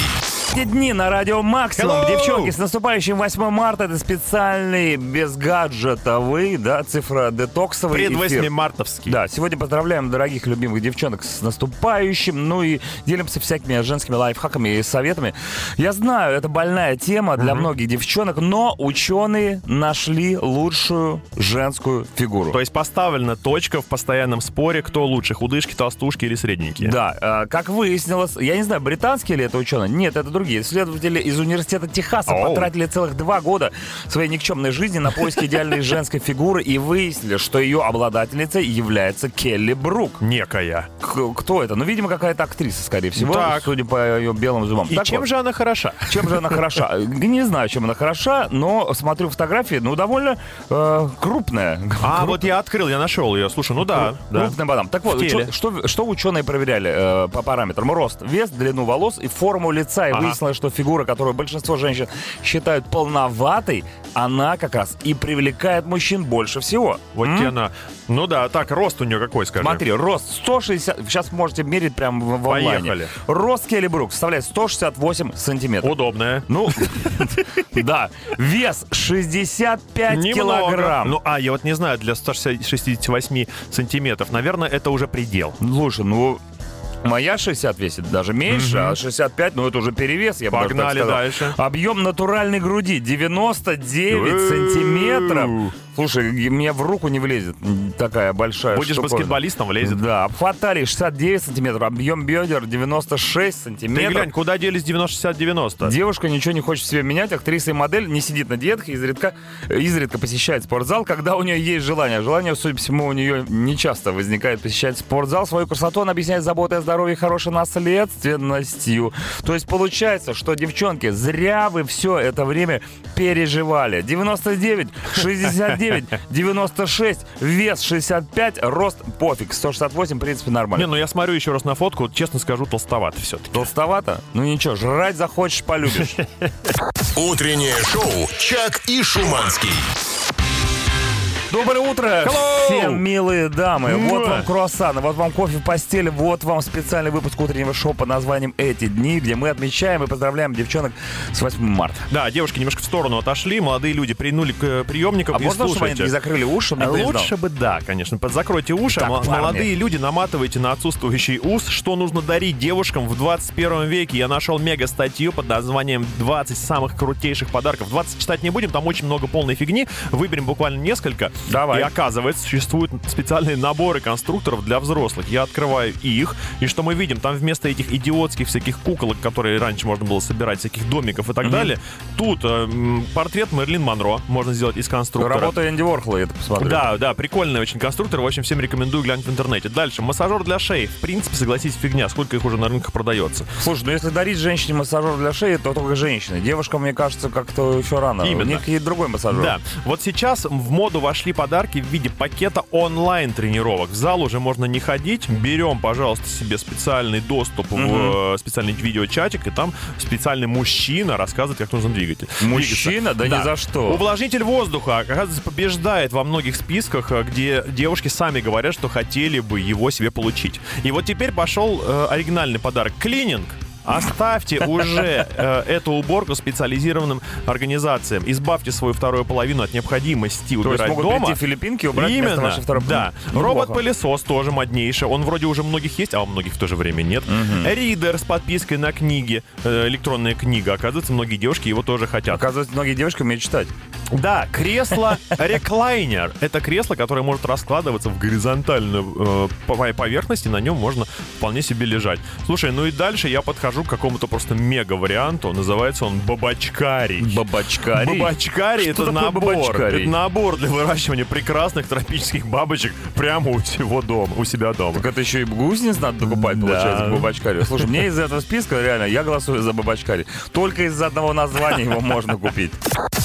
[SPEAKER 2] Эти дни на радио Максимум.
[SPEAKER 3] Hello!
[SPEAKER 2] Девчонки, с наступающим 8 марта это специальный без гаджетовый, да, цифра детоксовый
[SPEAKER 3] Пред 8
[SPEAKER 2] эфир.
[SPEAKER 3] мартовский.
[SPEAKER 2] Да, сегодня поздравляем дорогих любимых девчонок с наступающим, ну и делимся всякими женскими лайфхаками и советами. Я знаю, это больная тема для многих девчонок, но ученые нашли лучшую женскую фигуру.
[SPEAKER 3] То есть поставлена точка в постоянном споре, кто лучше, худышки, толстушки или средненькие.
[SPEAKER 2] Да, э, как выяснилось, я не знаю, британские ли это ученые? Нет, это другие. Исследователи из университета Техаса
[SPEAKER 3] Оу.
[SPEAKER 2] потратили целых два года своей никчемной жизни на поиски идеальной женской фигуры и выяснили, что ее обладательницей является Келли Брук.
[SPEAKER 3] Некая.
[SPEAKER 2] К- Кто это? Ну, видимо, какая-то актриса, скорее всего,
[SPEAKER 3] Так.
[SPEAKER 2] судя по ее белым зубам.
[SPEAKER 3] И
[SPEAKER 2] Так
[SPEAKER 3] чем
[SPEAKER 2] вот,
[SPEAKER 3] же она хороша?
[SPEAKER 2] чем же она хороша? Не знаю, чем она хороша, но смотрю фотографии, ну, довольно э, крупная.
[SPEAKER 3] А, вот я открыл, я нашел ее. Слушай, ну да. да.
[SPEAKER 2] Крупным бадам. Так вот,
[SPEAKER 3] В теле.
[SPEAKER 2] учё- что, что ученые проверяли э, по параметрам? Рост, вес, длину волос и форму лица. И
[SPEAKER 3] Ага.
[SPEAKER 2] выяснилось, что фигура, которую большинство женщин считают полноватой, она как раз и привлекает мужчин больше всего.
[SPEAKER 3] Вот
[SPEAKER 2] М?
[SPEAKER 3] те она. Ну да, так, рост у нее какой, скажи.
[SPEAKER 2] Смотри, рост 160... Сейчас можете мерить прямо в, в онлайне.
[SPEAKER 3] Поехали.
[SPEAKER 2] Рост Келли Брук составляет 168 сантиметров.
[SPEAKER 3] Удобная.
[SPEAKER 2] Ну, да. Вес 65
[SPEAKER 3] Немного.
[SPEAKER 2] килограмм.
[SPEAKER 3] Ну, а я вот не знаю, для 168 сантиметров, наверное, это уже предел.
[SPEAKER 2] Слушай, ну... Моя 60 весит даже меньше, а 65, ну это уже перевес, я бы даже так
[SPEAKER 3] Погнали
[SPEAKER 2] сказал.
[SPEAKER 3] дальше.
[SPEAKER 2] Объем натуральной груди 99 сантиметров. Слушай, и мне в руку не влезет такая большая
[SPEAKER 3] Будешь
[SPEAKER 2] штуковина.
[SPEAKER 3] баскетболистом, влезет.
[SPEAKER 2] Да, обхват талии 69 сантиметров, объем бедер 96
[SPEAKER 3] Ты
[SPEAKER 2] сантиметров.
[SPEAKER 3] глянь, куда делись 90-60-90?
[SPEAKER 2] Девушка ничего не хочет в себе менять, актриса и модель не сидит на диетах, изредка, изредка посещает спортзал, когда у нее есть желание. Желание, судя по всему, у нее не часто возникает посещать спортзал. Свою красоту она объясняет заботой о здоровье и хорошей наследственностью. То есть получается, что, девчонки, зря вы все это время переживали. 99, 69, 96, вес 65, рост пофиг. 168, в принципе,
[SPEAKER 3] Не,
[SPEAKER 2] нормально.
[SPEAKER 3] ну я смотрю еще раз на фотку, честно скажу, толстовато все-таки.
[SPEAKER 2] Толстовато? Ну ничего, жрать захочешь, полюбишь.
[SPEAKER 1] Утреннее шоу «Чак и Шуманский».
[SPEAKER 2] Доброе утро
[SPEAKER 3] Hello!
[SPEAKER 2] всем, милые дамы.
[SPEAKER 3] Муа.
[SPEAKER 2] Вот вам круассаны, вот вам кофе в постели, вот вам специальный выпуск утреннего шоу под названием «Эти дни», где мы отмечаем и поздравляем девчонок с 8 марта.
[SPEAKER 3] Да, девушки немножко в сторону отошли, молодые люди принули к э, приемникам
[SPEAKER 2] А
[SPEAKER 3] и
[SPEAKER 2] можно, чтобы они
[SPEAKER 3] слушайте.
[SPEAKER 2] не закрыли уши?
[SPEAKER 3] А
[SPEAKER 2] Никто не знал.
[SPEAKER 3] Лучше бы, да, конечно. Под- Закройте уши,
[SPEAKER 2] Так,
[SPEAKER 3] мо-
[SPEAKER 2] парни.
[SPEAKER 3] молодые люди, наматывайте на отсутствующий ус, что нужно дарить девушкам в 21 веке. Я нашел мега-статью под названием «20 самых крутейших подарков». 20 читать не будем, там очень много полной фигни. Выберем буквально несколько.
[SPEAKER 2] Давай.
[SPEAKER 3] И оказывается, существуют специальные наборы конструкторов для взрослых. Я открываю их, и что мы видим? Там вместо этих идиотских всяких куколок, которые раньше можно было собирать, всяких домиков и так далее, тут э, м, портрет Мерлин Монро можно сделать из конструктора.
[SPEAKER 2] Работа Ну, Энди Уорхола, я это посмотрю.
[SPEAKER 3] Да, да, прикольный очень конструктор. В общем, всем рекомендую глянуть в интернете. Дальше. Массажер для шеи. В принципе, согласитесь, фигня. Сколько их уже на рынках продается.
[SPEAKER 2] Слушай, ну если дарить женщине массажер для шеи, то только женщине. Девушкам, мне кажется, как-то еще рано.
[SPEAKER 3] Именно.
[SPEAKER 2] У них есть другой массажер.
[SPEAKER 3] Да. Вот сейчас в моду вошли приобрести подарки в виде пакета онлайн-тренировок. В зал уже можно не ходить. Берем, пожалуйста, себе специальный доступ в э, специальный видеочатик, и там специальный мужчина рассказывает, как нужно двигать.
[SPEAKER 2] Мужчина? Да,
[SPEAKER 3] Да.
[SPEAKER 2] ни за что.
[SPEAKER 3] Увлажнитель воздуха, оказывается, побеждает во многих списках, э, где девушки сами говорят, что хотели бы его себе получить. И вот теперь пошел э, оригинальный подарок. Клининг. Оставьте уже э, эту уборку специализированным организациям. Избавьте свою вторую половину от необходимости
[SPEAKER 2] То
[SPEAKER 3] убирать
[SPEAKER 2] есть могут
[SPEAKER 3] дома.
[SPEAKER 2] прийти филиппинки и убрать
[SPEAKER 3] Именно,
[SPEAKER 2] место вашей второй
[SPEAKER 3] да.
[SPEAKER 2] половины. Неплохо.
[SPEAKER 3] Робот-пылесос тоже моднейший. Он вроде уже у многих есть, а у многих в то же время нет. Ридер с подпиской на книги, э, электронная книга. Оказывается, многие девушки его тоже хотят.
[SPEAKER 2] Оказывается, многие девушки умеют читать.
[SPEAKER 3] Да, кресло реклайнер. Это кресло, которое может раскладываться в горизонтальную э, по- поверхность, и на нем можно вполне себе лежать. Слушай, ну и дальше я подхожу к какому-то просто мега варианту. Называется он бабачкарий.
[SPEAKER 2] Бабачкари.
[SPEAKER 3] Бабачкарий
[SPEAKER 2] Что
[SPEAKER 3] это
[SPEAKER 2] такое
[SPEAKER 3] набор.
[SPEAKER 2] бабачкарий?
[SPEAKER 3] Это набор для выращивания прекрасных тропических бабочек прямо у всего дома, у себя дома.
[SPEAKER 2] Так а это еще и гузнец надо докупать,
[SPEAKER 3] Да.
[SPEAKER 2] получается, к бабачкарю. Слушай, мне из этого списка, реально, я голосую за бабачкари. Только из-за одного названия его можно купить.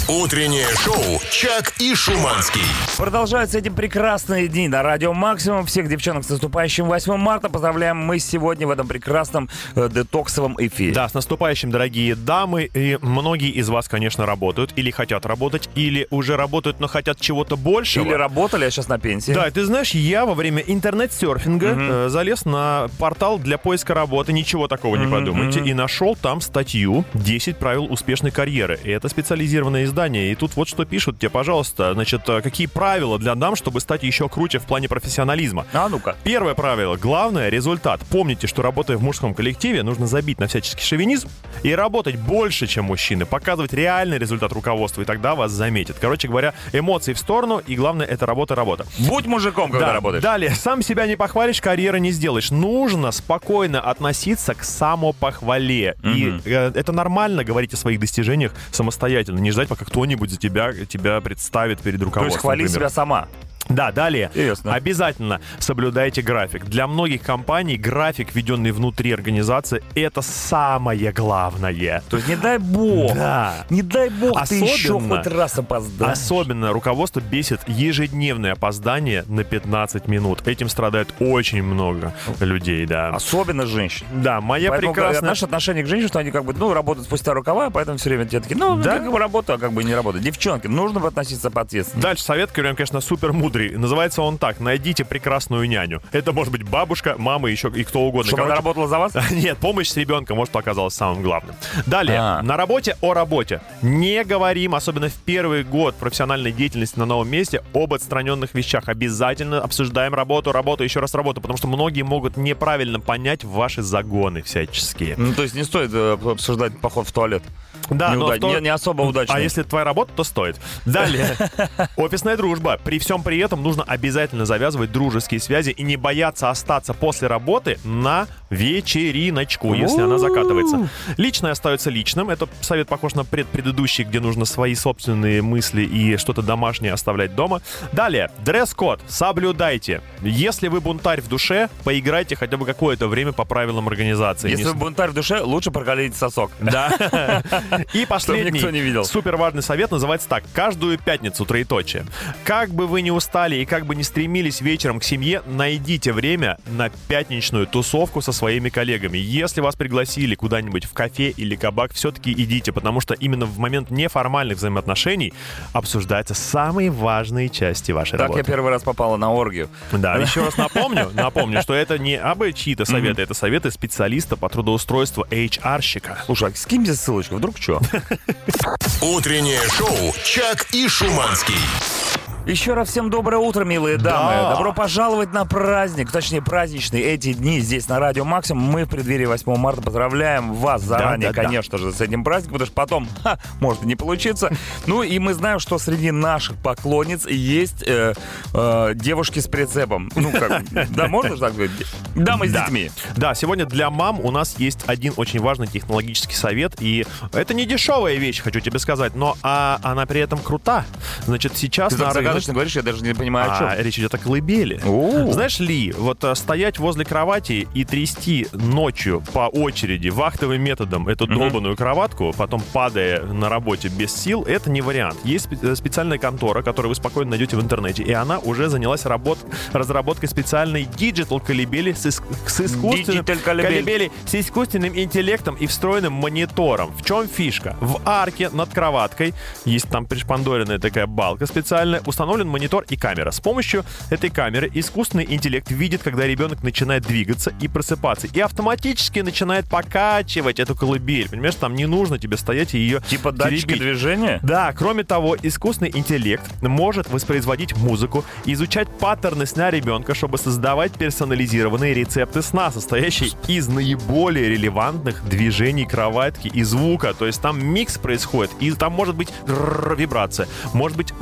[SPEAKER 1] Утреннее шоу «Чак и Шуманский».
[SPEAKER 2] Продолжаются эти прекрасные дни на Радио Максимум. Всех девчонок с наступающим 8 марта. Поздравляем мы сегодня в этом прекрасном э, детоксовом эфире.
[SPEAKER 3] Да, с наступающим, дорогие дамы. И многие из вас, конечно, работают или хотят работать, или уже работают, но хотят чего-то большего.
[SPEAKER 2] Или работали, а сейчас на пенсии.
[SPEAKER 3] Да, и ты знаешь, я во время интернет-серфинга
[SPEAKER 2] Мгм.
[SPEAKER 3] э, залез на портал для поиска работы, ничего такого не
[SPEAKER 2] Мгм,
[SPEAKER 3] подумайте,
[SPEAKER 2] мгм.
[SPEAKER 3] и нашел там статью «10 правил успешной карьеры». И это специализированное издание, и тут вот что пишут тебе, пожалуйста, значит, э, какие правила для дам, чтобы стать еще круче в плане профессионализма.
[SPEAKER 2] А ну-ка.
[SPEAKER 3] Первое правило. Главное – результат. Помните, что работая в мужском коллективе, нужно забить на всяческий шовинизм и работать больше, чем мужчины, показывать реальный результат руководства, и тогда вас заметят. Короче говоря, эмоции в сторону, и главное – это работа-работа.
[SPEAKER 2] Будь мужиком, когда
[SPEAKER 3] Да.
[SPEAKER 2] работаешь.
[SPEAKER 3] Далее, сам себя не похвалишь, карьеры не сделаешь. Нужно спокойно относиться к самопохвале.
[SPEAKER 2] Мгм.
[SPEAKER 3] И э, это нормально говорить о своих достижениях самостоятельно, не ждать, пока кто-нибудь за тебя, тебя представит перед
[SPEAKER 2] То
[SPEAKER 3] руководством.
[SPEAKER 2] есть хвали
[SPEAKER 3] например.
[SPEAKER 2] себя сама.
[SPEAKER 3] Да, далее.
[SPEAKER 2] Ясно.
[SPEAKER 3] Обязательно соблюдайте график. Для многих компаний график, введенный внутри организации, это самое главное.
[SPEAKER 2] То есть не дай бог.
[SPEAKER 3] Да.
[SPEAKER 2] Не дай бог ты еще
[SPEAKER 3] Особенно-
[SPEAKER 2] хоть раз опоздаешь.
[SPEAKER 3] Особенно руководство бесит ежедневное опоздание на 15 минут. Этим страдает очень много людей, да.
[SPEAKER 2] Особенно женщин.
[SPEAKER 3] Да, моя
[SPEAKER 2] Поэтому
[SPEAKER 3] прекрасная...
[SPEAKER 2] наше отношение к женщинам, что они как бы, ну, работают спустя рукава, поэтому все время те такие, ну,
[SPEAKER 3] Да.
[SPEAKER 2] да? как бы работа, а как бы не работа. Девчонки, нужно относиться по
[SPEAKER 3] Дальше совет, который, прям, конечно, супер мудрый. Называется он так. Найдите прекрасную няню. Это может быть бабушка, мама, еще и кто угодно.
[SPEAKER 2] Чтобы она
[SPEAKER 3] Короче,
[SPEAKER 2] работала за вас?
[SPEAKER 3] Нет, помощь с ребенком, может, оказалась самым главным. Далее,
[SPEAKER 2] А.
[SPEAKER 3] на работе о работе. Не говорим, особенно в первый год профессиональной деятельности на новом месте, об отстраненных вещах. Обязательно обсуждаем работу, работу, еще раз работу, потому что многие могут неправильно понять ваши загоны всяческие.
[SPEAKER 2] Ну, то есть не стоит э, обсуждать поход в туалет.
[SPEAKER 3] Да,
[SPEAKER 2] не,
[SPEAKER 3] но
[SPEAKER 2] уда-
[SPEAKER 3] в то-
[SPEAKER 2] не- не особо удачно.
[SPEAKER 3] А если это твоя работа, то стоит. Далее. Офисная дружба. При всем при этом нужно обязательно завязывать дружеские связи и не бояться остаться после работы на вечериночку, если она закатывается. Личное остается личным. Это совет похож на пред- предыдущий, где нужно свои собственные мысли и что-то домашнее оставлять дома. Далее. Дресс-код. Соблюдайте. Если вы бунтарь в душе, поиграйте хотя бы какое-то время по правилам организации.
[SPEAKER 2] Если
[SPEAKER 3] Не
[SPEAKER 2] вы бунтарь в душе, лучше прокалить сосок.
[SPEAKER 3] да. И последний,
[SPEAKER 2] никто не видел.
[SPEAKER 3] супер важный совет называется так. Каждую пятницу троеточие. Как бы вы ни устали и как бы ни стремились вечером к семье, найдите время на пятничную тусовку со своими коллегами. Если вас пригласили куда-нибудь в кафе или кабак, все-таки идите, потому что именно в момент неформальных взаимоотношений обсуждаются самые важные части вашей
[SPEAKER 2] Так я
[SPEAKER 3] работы.
[SPEAKER 2] первый раз попала на оргию.
[SPEAKER 3] Да, еще раз напомню, напомню, что это не абы чьи-то советы, это советы специалиста по трудоустройству HR-щика.
[SPEAKER 2] Слушай, а скинь мне ссылочку, вдруг что?
[SPEAKER 1] Утреннее шоу «Чак и Шуманский».
[SPEAKER 2] Еще раз всем доброе утро, милые дамы.
[SPEAKER 3] Да.
[SPEAKER 2] Добро пожаловать на праздник, точнее праздничный. Эти дни здесь на Радио Максим. Мы в преддверии 8 марта поздравляем вас заранее,
[SPEAKER 3] да, да.
[SPEAKER 2] конечно же, с этим праздником, потому что потом ха, может и не получиться. Ну и мы знаем, что среди наших поклонниц есть э, э, девушки с прицепом. Ну как, да, можно же так говорить? Дамы с
[SPEAKER 3] Да.
[SPEAKER 2] детьми.
[SPEAKER 3] Да, сегодня для мам у нас есть один очень важный технологический совет. И это не дешевая вещь, хочу тебе сказать, но а, она при этом крута. Значит, сейчас
[SPEAKER 2] Ты так
[SPEAKER 3] на
[SPEAKER 2] загадал, точно говоришь, я даже не понимаю, о чем.
[SPEAKER 3] ну. А, речь идет о колыбели.
[SPEAKER 2] О.
[SPEAKER 3] Знаешь ли, вот а, стоять возле кровати и трясти ночью по очереди вахтовым методом эту долбанную кроватку, потом падая на работе без сил, это не вариант. Есть спе- э, специальная контора, которую вы спокойно найдете в интернете, и она уже занялась работ- разработкой специальной диджитал колебели с, иск- с искусственным
[SPEAKER 2] Digital колыбель.
[SPEAKER 3] колыбели с искусственным интеллектом и встроенным монитором. В чем фишка? В арке над кроваткой есть там пришпандоренная такая балка специальная, установлен монитор и камера. С помощью этой камеры искусственный интеллект видит, когда ребенок начинает двигаться и просыпаться, и автоматически начинает покачивать эту колыбель. Понимаешь, там не нужно тебе стоять и ее
[SPEAKER 2] Типа датчики
[SPEAKER 3] теребить.
[SPEAKER 2] движения?
[SPEAKER 3] Да, кроме того, искусственный интеллект может воспроизводить музыку, изучать паттерны сна ребенка, чтобы создавать персонализированные рецепты сна, состоящие из наиболее релевантных движений кроватки и звука. То есть там микс происходит, и там может быть «рррр» вибрация, может быть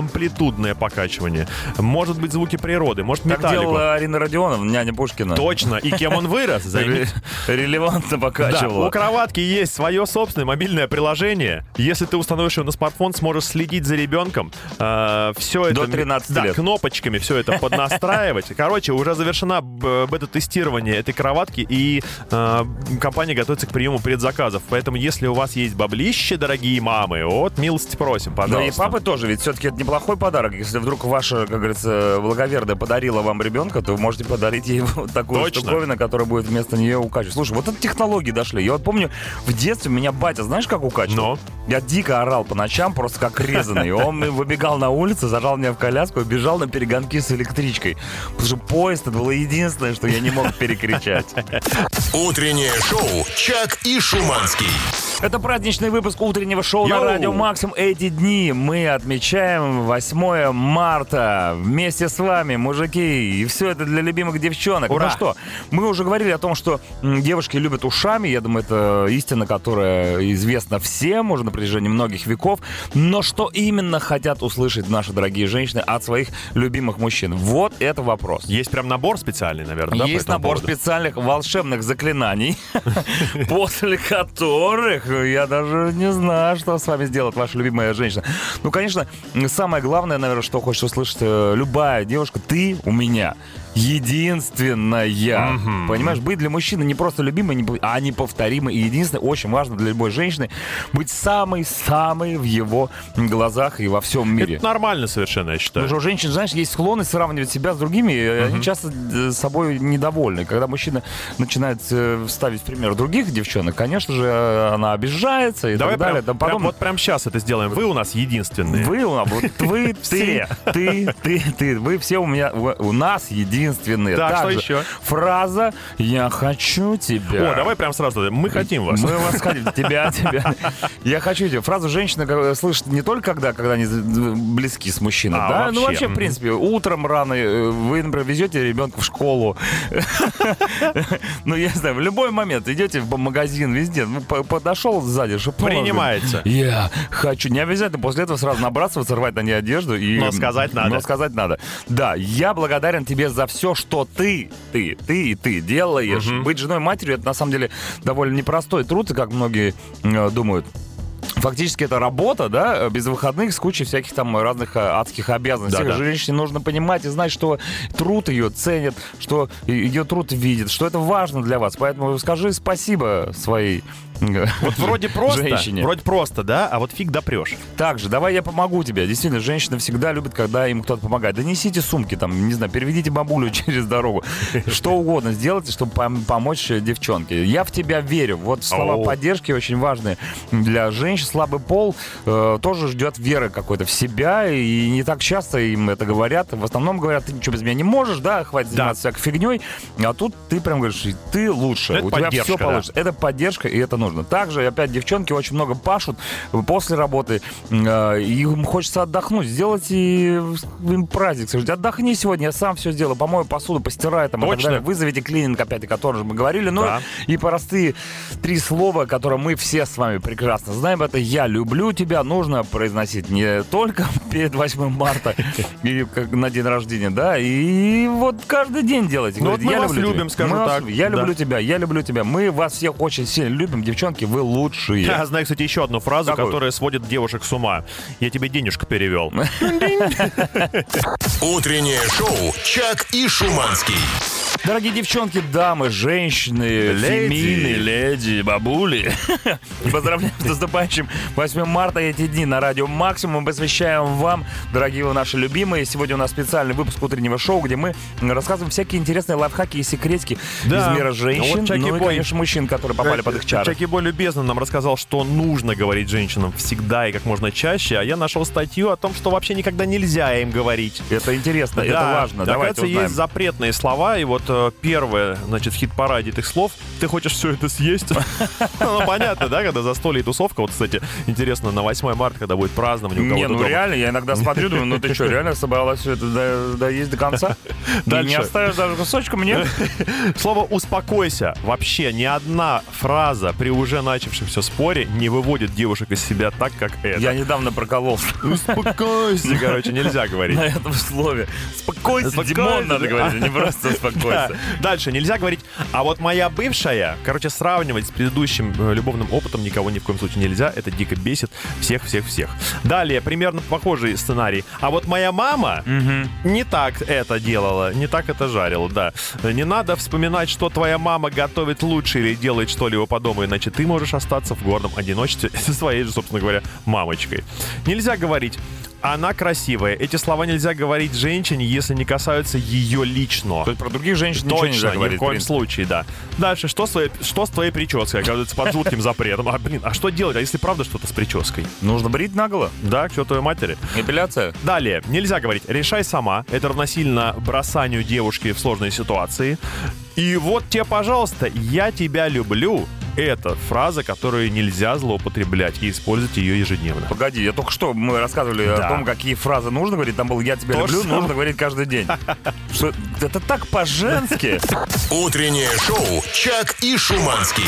[SPEAKER 3] высокоамплитудное покачивание, может быть звуки природы, может
[SPEAKER 2] Так
[SPEAKER 3] металлику.
[SPEAKER 2] делала Арина Родионовна, няня Пушкина.
[SPEAKER 3] Точно, и кем он вырос? Займись
[SPEAKER 2] Ре- Релевантно
[SPEAKER 3] да,
[SPEAKER 2] покачивала.
[SPEAKER 3] у кроватки есть свое собственное мобильное приложение. Если ты установишь его на смартфон, сможешь следить за ребенком. все это...
[SPEAKER 2] 13
[SPEAKER 3] да,
[SPEAKER 2] лет.
[SPEAKER 3] кнопочками все это поднастраивать. Короче, уже завершена б- бета-тестирование этой кроватки, и э, компания готовится к приему предзаказов. Поэтому, если у вас есть баблище, дорогие мамы, вот, милости просим,
[SPEAKER 2] Да Ну и
[SPEAKER 3] пожалуйста.
[SPEAKER 2] папы тоже, ведь все-таки это неплохой подарок. Если вдруг ваша, как говорится, благоверная подарила вам ребенка, то вы можете подарить ей вот такую
[SPEAKER 3] Точно.
[SPEAKER 2] штуковину, которая будет вместо нее укачивать. Слушай, вот это технологии дошли. Я вот помню, в детстве меня батя, знаешь, как укачивал?
[SPEAKER 3] Но?
[SPEAKER 2] Я дико орал по ночам, просто как резанный. Он выбегал на улицу, зажал меня в коляску и бежал на перегонки с электричкой. Потому что поезд это было единственное, что я не мог перекричать.
[SPEAKER 1] Утреннее шоу «Чак и Шуманский».
[SPEAKER 2] Это праздничный выпуск утреннего шоу на
[SPEAKER 3] Йоу!
[SPEAKER 2] Радио Максим. Эти дни мы отмечаем 8 марта вместе с вами, мужики. И все это для любимых девчонок.
[SPEAKER 3] Ура!
[SPEAKER 2] Ну что, мы уже говорили о том, что м, девушки любят ушами. Я думаю, это истина, которая известна всем уже на протяжении многих веков. Но что именно хотят услышать наши дорогие женщины от своих любимых мужчин? Вот это вопрос.
[SPEAKER 3] Есть прям набор специальный, наверное, да, по
[SPEAKER 2] Есть
[SPEAKER 3] этому
[SPEAKER 2] набор
[SPEAKER 3] поводу?
[SPEAKER 2] специальных волшебных заклинаний, после которых ну, я даже не знаю, что с вами сделает ваша любимая женщина. Ну, конечно, самое главное, наверное, что хочет услышать э, любая девушка, ты у меня единственная. Понимаешь, быть для мужчины не просто любимой, не пов- а неповторимой. И единственное, очень важно для любой женщины быть самой-самой в его глазах и во всем мире.
[SPEAKER 3] Это нормально совершенно, я считаю.
[SPEAKER 2] Потому что у женщин, знаешь, есть склонность сравнивать себя с другими, и они часто э, собой недовольны. Когда мужчина начинает э, ставить в пример других девчонок, конечно же, э, она обижается и
[SPEAKER 3] Давай
[SPEAKER 2] так далее.
[SPEAKER 3] прям,
[SPEAKER 2] ну, Да
[SPEAKER 3] прям
[SPEAKER 2] потом
[SPEAKER 3] вот прям сейчас это сделаем. Вы у нас единственные.
[SPEAKER 2] вы, а вот вы, ты,
[SPEAKER 3] Все.
[SPEAKER 2] ты, ты, ты, вы все у меня, у у нас единственные.
[SPEAKER 3] Так, что
[SPEAKER 2] Также
[SPEAKER 3] еще?
[SPEAKER 2] Фраза «Я хочу тебя».
[SPEAKER 3] О, давай прям сразу. Мы хотим вас.
[SPEAKER 2] Мы вас хотим. Тебя, тебя. Я хочу тебя. Фразу женщина как бы, слышит не только когда, когда они з- з- близки с мужчиной,
[SPEAKER 3] А,
[SPEAKER 2] да? Ну,
[SPEAKER 3] вообще.
[SPEAKER 2] вообще, в
[SPEAKER 3] Мгм.
[SPEAKER 2] принципе, утром рано э, вы, например, везете ребенка в школу. Ну, я знаю, в любой момент идете в магазин, везде. Ну, по- Подошел сзади, шепнул.
[SPEAKER 3] Принимается.
[SPEAKER 2] Я хочу. Не обязательно после этого сразу набрасываться, рвать на ней одежду. И,
[SPEAKER 3] Но сказать надо.
[SPEAKER 2] Но сказать надо. Да, я благодарен тебе за все, что ты, ты, ты и ты делаешь. Быть женой и матерью это на самом деле довольно непростой труд, и как многие э, думают. Фактически это работа, да, без выходных, с кучей всяких там разных э, адских обязанностей.
[SPEAKER 3] Да-да.
[SPEAKER 2] Женщине нужно понимать и знать, что труд ее ценит, что и- ее труд видит, что это важно для вас. Поэтому скажи спасибо своей э,
[SPEAKER 3] Вот вроде просто,
[SPEAKER 2] женщине.
[SPEAKER 3] вроде просто, да, а вот фиг допрешь.
[SPEAKER 2] Также, давай я помогу тебе. Действительно, женщины всегда любят, когда им кто-то помогает. Донесите сумки, там, не знаю, переведите бабулю через дорогу. Что угодно сделайте, чтобы пом- помочь э, девчонке. Я в тебя верю. Вот слова
[SPEAKER 3] Оу.
[SPEAKER 2] поддержки очень важные для женщин. Слабый пол э, тоже ждет веры какой-то в себя, и не так часто им это говорят. В основном говорят, ты ничего без меня не можешь, да, хватит заниматься всякой фигней. А тут ты прям говоришь, ты лучше,
[SPEAKER 3] Ну, это
[SPEAKER 2] у тебя
[SPEAKER 3] поддержка,
[SPEAKER 2] все
[SPEAKER 3] да.
[SPEAKER 2] получится. Это поддержка, и это нужно. Также, опять, девчонки очень много пашут после работы. э, Им хочется отдохнуть. Сделайте им праздник. Скажите, отдохни сегодня, я сам все сделаю. Помою посуду, постираю там и так
[SPEAKER 3] Точно.
[SPEAKER 2] далее. Вызовите клининг, опять, о котором же мы говорили. Ну,
[SPEAKER 3] Да.
[SPEAKER 2] и простые три слова, которые мы все с вами прекрасно знаем. Это это «Я люблю тебя» нужно произносить не только перед 8 марта и как на день рождения, да, и вот каждый день делать.
[SPEAKER 3] Ну вот
[SPEAKER 2] Говорит,
[SPEAKER 3] мы
[SPEAKER 2] «Я
[SPEAKER 3] вас
[SPEAKER 2] тебя».
[SPEAKER 3] любим, скажем
[SPEAKER 2] Мы вас
[SPEAKER 3] так.
[SPEAKER 2] любим. Я
[SPEAKER 3] Да.
[SPEAKER 2] люблю тебя, я люблю тебя. Мы вас всех очень сильно любим. Девчонки, вы лучшие.
[SPEAKER 3] Я знаю, кстати, еще одну фразу,
[SPEAKER 2] Какую?
[SPEAKER 3] которая сводит девушек с ума. Я тебе денежку перевел.
[SPEAKER 1] Утреннее шоу «Чак и Шуманский».
[SPEAKER 2] Дорогие девчонки, дамы, женщины,
[SPEAKER 3] Леди.
[SPEAKER 2] фемины, леди, бабули. Поздравляем с наступающим 8 марта. Эти дни на радио «Максимум» мы посвящаем вам, дорогие вы наши любимые. Сегодня у нас специальный выпуск утреннего шоу, где мы рассказываем всякие интересные лайфхаки и секретики
[SPEAKER 3] Да.
[SPEAKER 2] из мира женщин,
[SPEAKER 3] Вот Чаки
[SPEAKER 2] ну и,
[SPEAKER 3] Бой.
[SPEAKER 2] конечно, мужчин, которые попали под их чары.
[SPEAKER 3] Чаки Бой любезно нам рассказал, что нужно говорить женщинам всегда и как можно чаще, а я нашел статью о том, что вообще никогда нельзя им говорить.
[SPEAKER 2] Это интересно, это
[SPEAKER 3] Да,
[SPEAKER 2] важно. Давайте
[SPEAKER 3] Оказывается,
[SPEAKER 2] узнаем.
[SPEAKER 3] есть запретные слова, и вот э, первое, значит, в хит-параде этих слов «Ты хочешь все это съесть?» Ну, понятно, да, когда застолье и тусовка. Вот, кстати, интересно, на 8 марта, когда будет празднование у
[SPEAKER 2] Не,
[SPEAKER 3] кого-то
[SPEAKER 2] ну
[SPEAKER 3] дома.
[SPEAKER 2] реально, я иногда смотрю, думаю, ну ты что, реально собралась все это до- доесть до конца? И не
[SPEAKER 3] Дальше.
[SPEAKER 2] оставишь даже кусочка мне?
[SPEAKER 3] Слово «успокойся» вообще ни одна фраза при уже начавшемся споре не выводит девушек из себя так, как это.
[SPEAKER 2] Я недавно прокололся.
[SPEAKER 3] Успокойся, короче, нельзя говорить.
[SPEAKER 2] Ну, на этом слове. Спокойся,
[SPEAKER 3] Успокойся,
[SPEAKER 2] Димон,
[SPEAKER 3] да.
[SPEAKER 2] надо говорить, а не просто
[SPEAKER 3] Да.
[SPEAKER 2] успокойся.
[SPEAKER 3] Дальше нельзя говорить, а вот моя бывшая, короче, сравнивать с предыдущим э, любовным опытом никого ни в коем случае нельзя, это дико бесит всех, всех, всех. Далее примерно похожий сценарий. А вот моя мама не так это делала, не так это жарила, да. Не надо вспоминать, что твоя мама готовит лучше или делает что-либо по дому, иначе ты можешь остаться в гордом одиночестве со своей же, собственно говоря, мамочкой. Нельзя говорить. Она красивая. Эти слова нельзя говорить женщине, если не касаются ее лично.
[SPEAKER 2] То есть про других женщин ничего
[SPEAKER 3] Точно,
[SPEAKER 2] нельзя
[SPEAKER 3] ни
[SPEAKER 2] говорить.
[SPEAKER 3] в
[SPEAKER 2] в
[SPEAKER 3] коем
[SPEAKER 2] принципе.
[SPEAKER 3] случае, да. Дальше, что с, твоей, что с твоей прической, оказывается, под жутким запретом? А, блин, а что делать, а если правда что-то с прической?
[SPEAKER 2] Нужно брить наголо?
[SPEAKER 3] Да, к твоей матери.
[SPEAKER 2] Эпиляция?
[SPEAKER 3] Далее, нельзя говорить «решай сама», это равносильно бросанию девушки в сложные ситуации. И вот тебе, пожалуйста, «я тебя люблю» — это фраза, которую нельзя злоупотреблять и использовать ее ежедневно.
[SPEAKER 2] Погоди, я только что мы рассказывали
[SPEAKER 3] Да.
[SPEAKER 2] о том, какие фразы нужно говорить. Там был «я тебя
[SPEAKER 3] То же
[SPEAKER 2] люблю»,
[SPEAKER 3] самое.
[SPEAKER 2] нужно говорить каждый день. Что- Это так по-женски.
[SPEAKER 1] Утреннее шоу «Чак и Шуманский».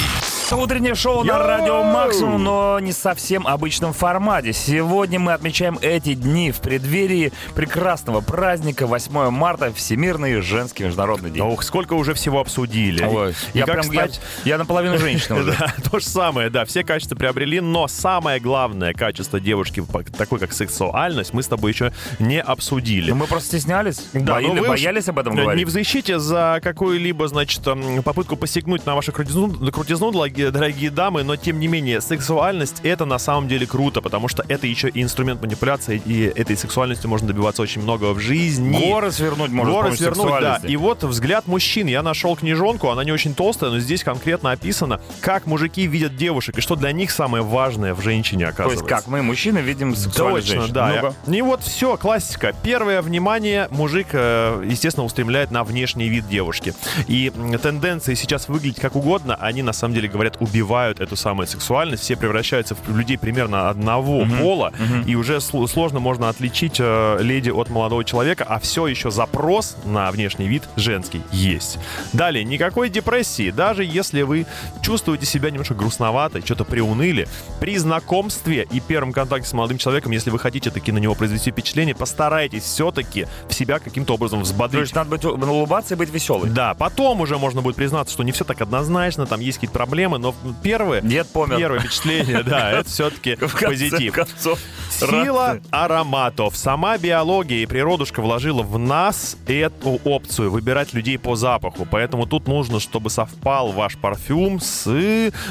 [SPEAKER 2] Утреннее шоу на
[SPEAKER 3] Йоу!
[SPEAKER 2] Радио Максимум, но не совсем обычном формате. Сегодня мы отмечаем эти дни в преддверии прекрасного праздника 8 марта, Всемирный женский международный день.
[SPEAKER 3] Ох, сколько уже всего обсудили.
[SPEAKER 2] Ой,
[SPEAKER 3] И
[SPEAKER 2] я,
[SPEAKER 3] как
[SPEAKER 2] прям, я-
[SPEAKER 3] стать-
[SPEAKER 2] я, наполовину женщина уже.
[SPEAKER 3] Да, то же самое, да, все качества приобрели, но самое главное качество девушки, по- такое как сексуальность, мы с тобой еще не обсудили.
[SPEAKER 2] Ну, мы просто стеснялись,
[SPEAKER 3] Да,
[SPEAKER 2] боили-
[SPEAKER 3] но вы уж
[SPEAKER 2] боялись об этом говорить.
[SPEAKER 3] Не взыщите за какую-либо, значит, эм, попытку посягнуть на вашу крутизну, на крутизну, дорогие, дорогие дамы, но тем не менее, сексуальность — это на самом деле круто, потому что это еще и инструмент манипуляции, и этой сексуальностью можно добиваться очень многого в жизни.
[SPEAKER 2] Горы свернуть можно
[SPEAKER 3] Горы
[SPEAKER 2] с помощью
[SPEAKER 3] свернуть, да.
[SPEAKER 2] сексуальности.
[SPEAKER 3] И вот взгляд мужчин. Я нашел книжонку, она не очень толстая, но здесь конкретно описано, как мужики видят девушек и что для них самое важное в женщине
[SPEAKER 2] То
[SPEAKER 3] оказывается.
[SPEAKER 2] есть как мы, мужчины, видим сексуальность
[SPEAKER 3] Точно,
[SPEAKER 2] женщин.
[SPEAKER 3] да.
[SPEAKER 2] Ну-ка.
[SPEAKER 3] И вот все, классика. Первое внимание мужик, э, естественно, устремляет на внешний вид девушки. И м, тенденции сейчас выглядеть как угодно, они на самом деле говорят, убивают эту самую сексуальность. Все превращаются в людей примерно одного пола, и уже сло- сложно можно отличить э, леди от молодого человека, а все еще запрос на внешний вид женский есть. Далее, никакой депрессии, даже если вы чувствуете себя немножко грустновато, что-то приуныли, при знакомстве и первом контакте с молодым человеком, если вы хотите таки на него произвести впечатление, постарайтесь все-таки в себя каким-то образом
[SPEAKER 2] То
[SPEAKER 3] взбодрить.
[SPEAKER 2] есть надо быть, у- улыбаться и быть веселым.
[SPEAKER 3] Да, потом уже можно будет признаться, что не все так однозначно, там есть какие-то проблемы, но ну, первое,
[SPEAKER 2] Дед помер.
[SPEAKER 3] первое впечатление, да, это все-таки
[SPEAKER 2] В конце
[SPEAKER 3] позитив.
[SPEAKER 2] концов.
[SPEAKER 3] Сила ароматов. Сама биология и природушка вложила в нас эту опцию выбирать людей по запаху. Поэтому тут нужно, чтобы совпал ваш парфюм с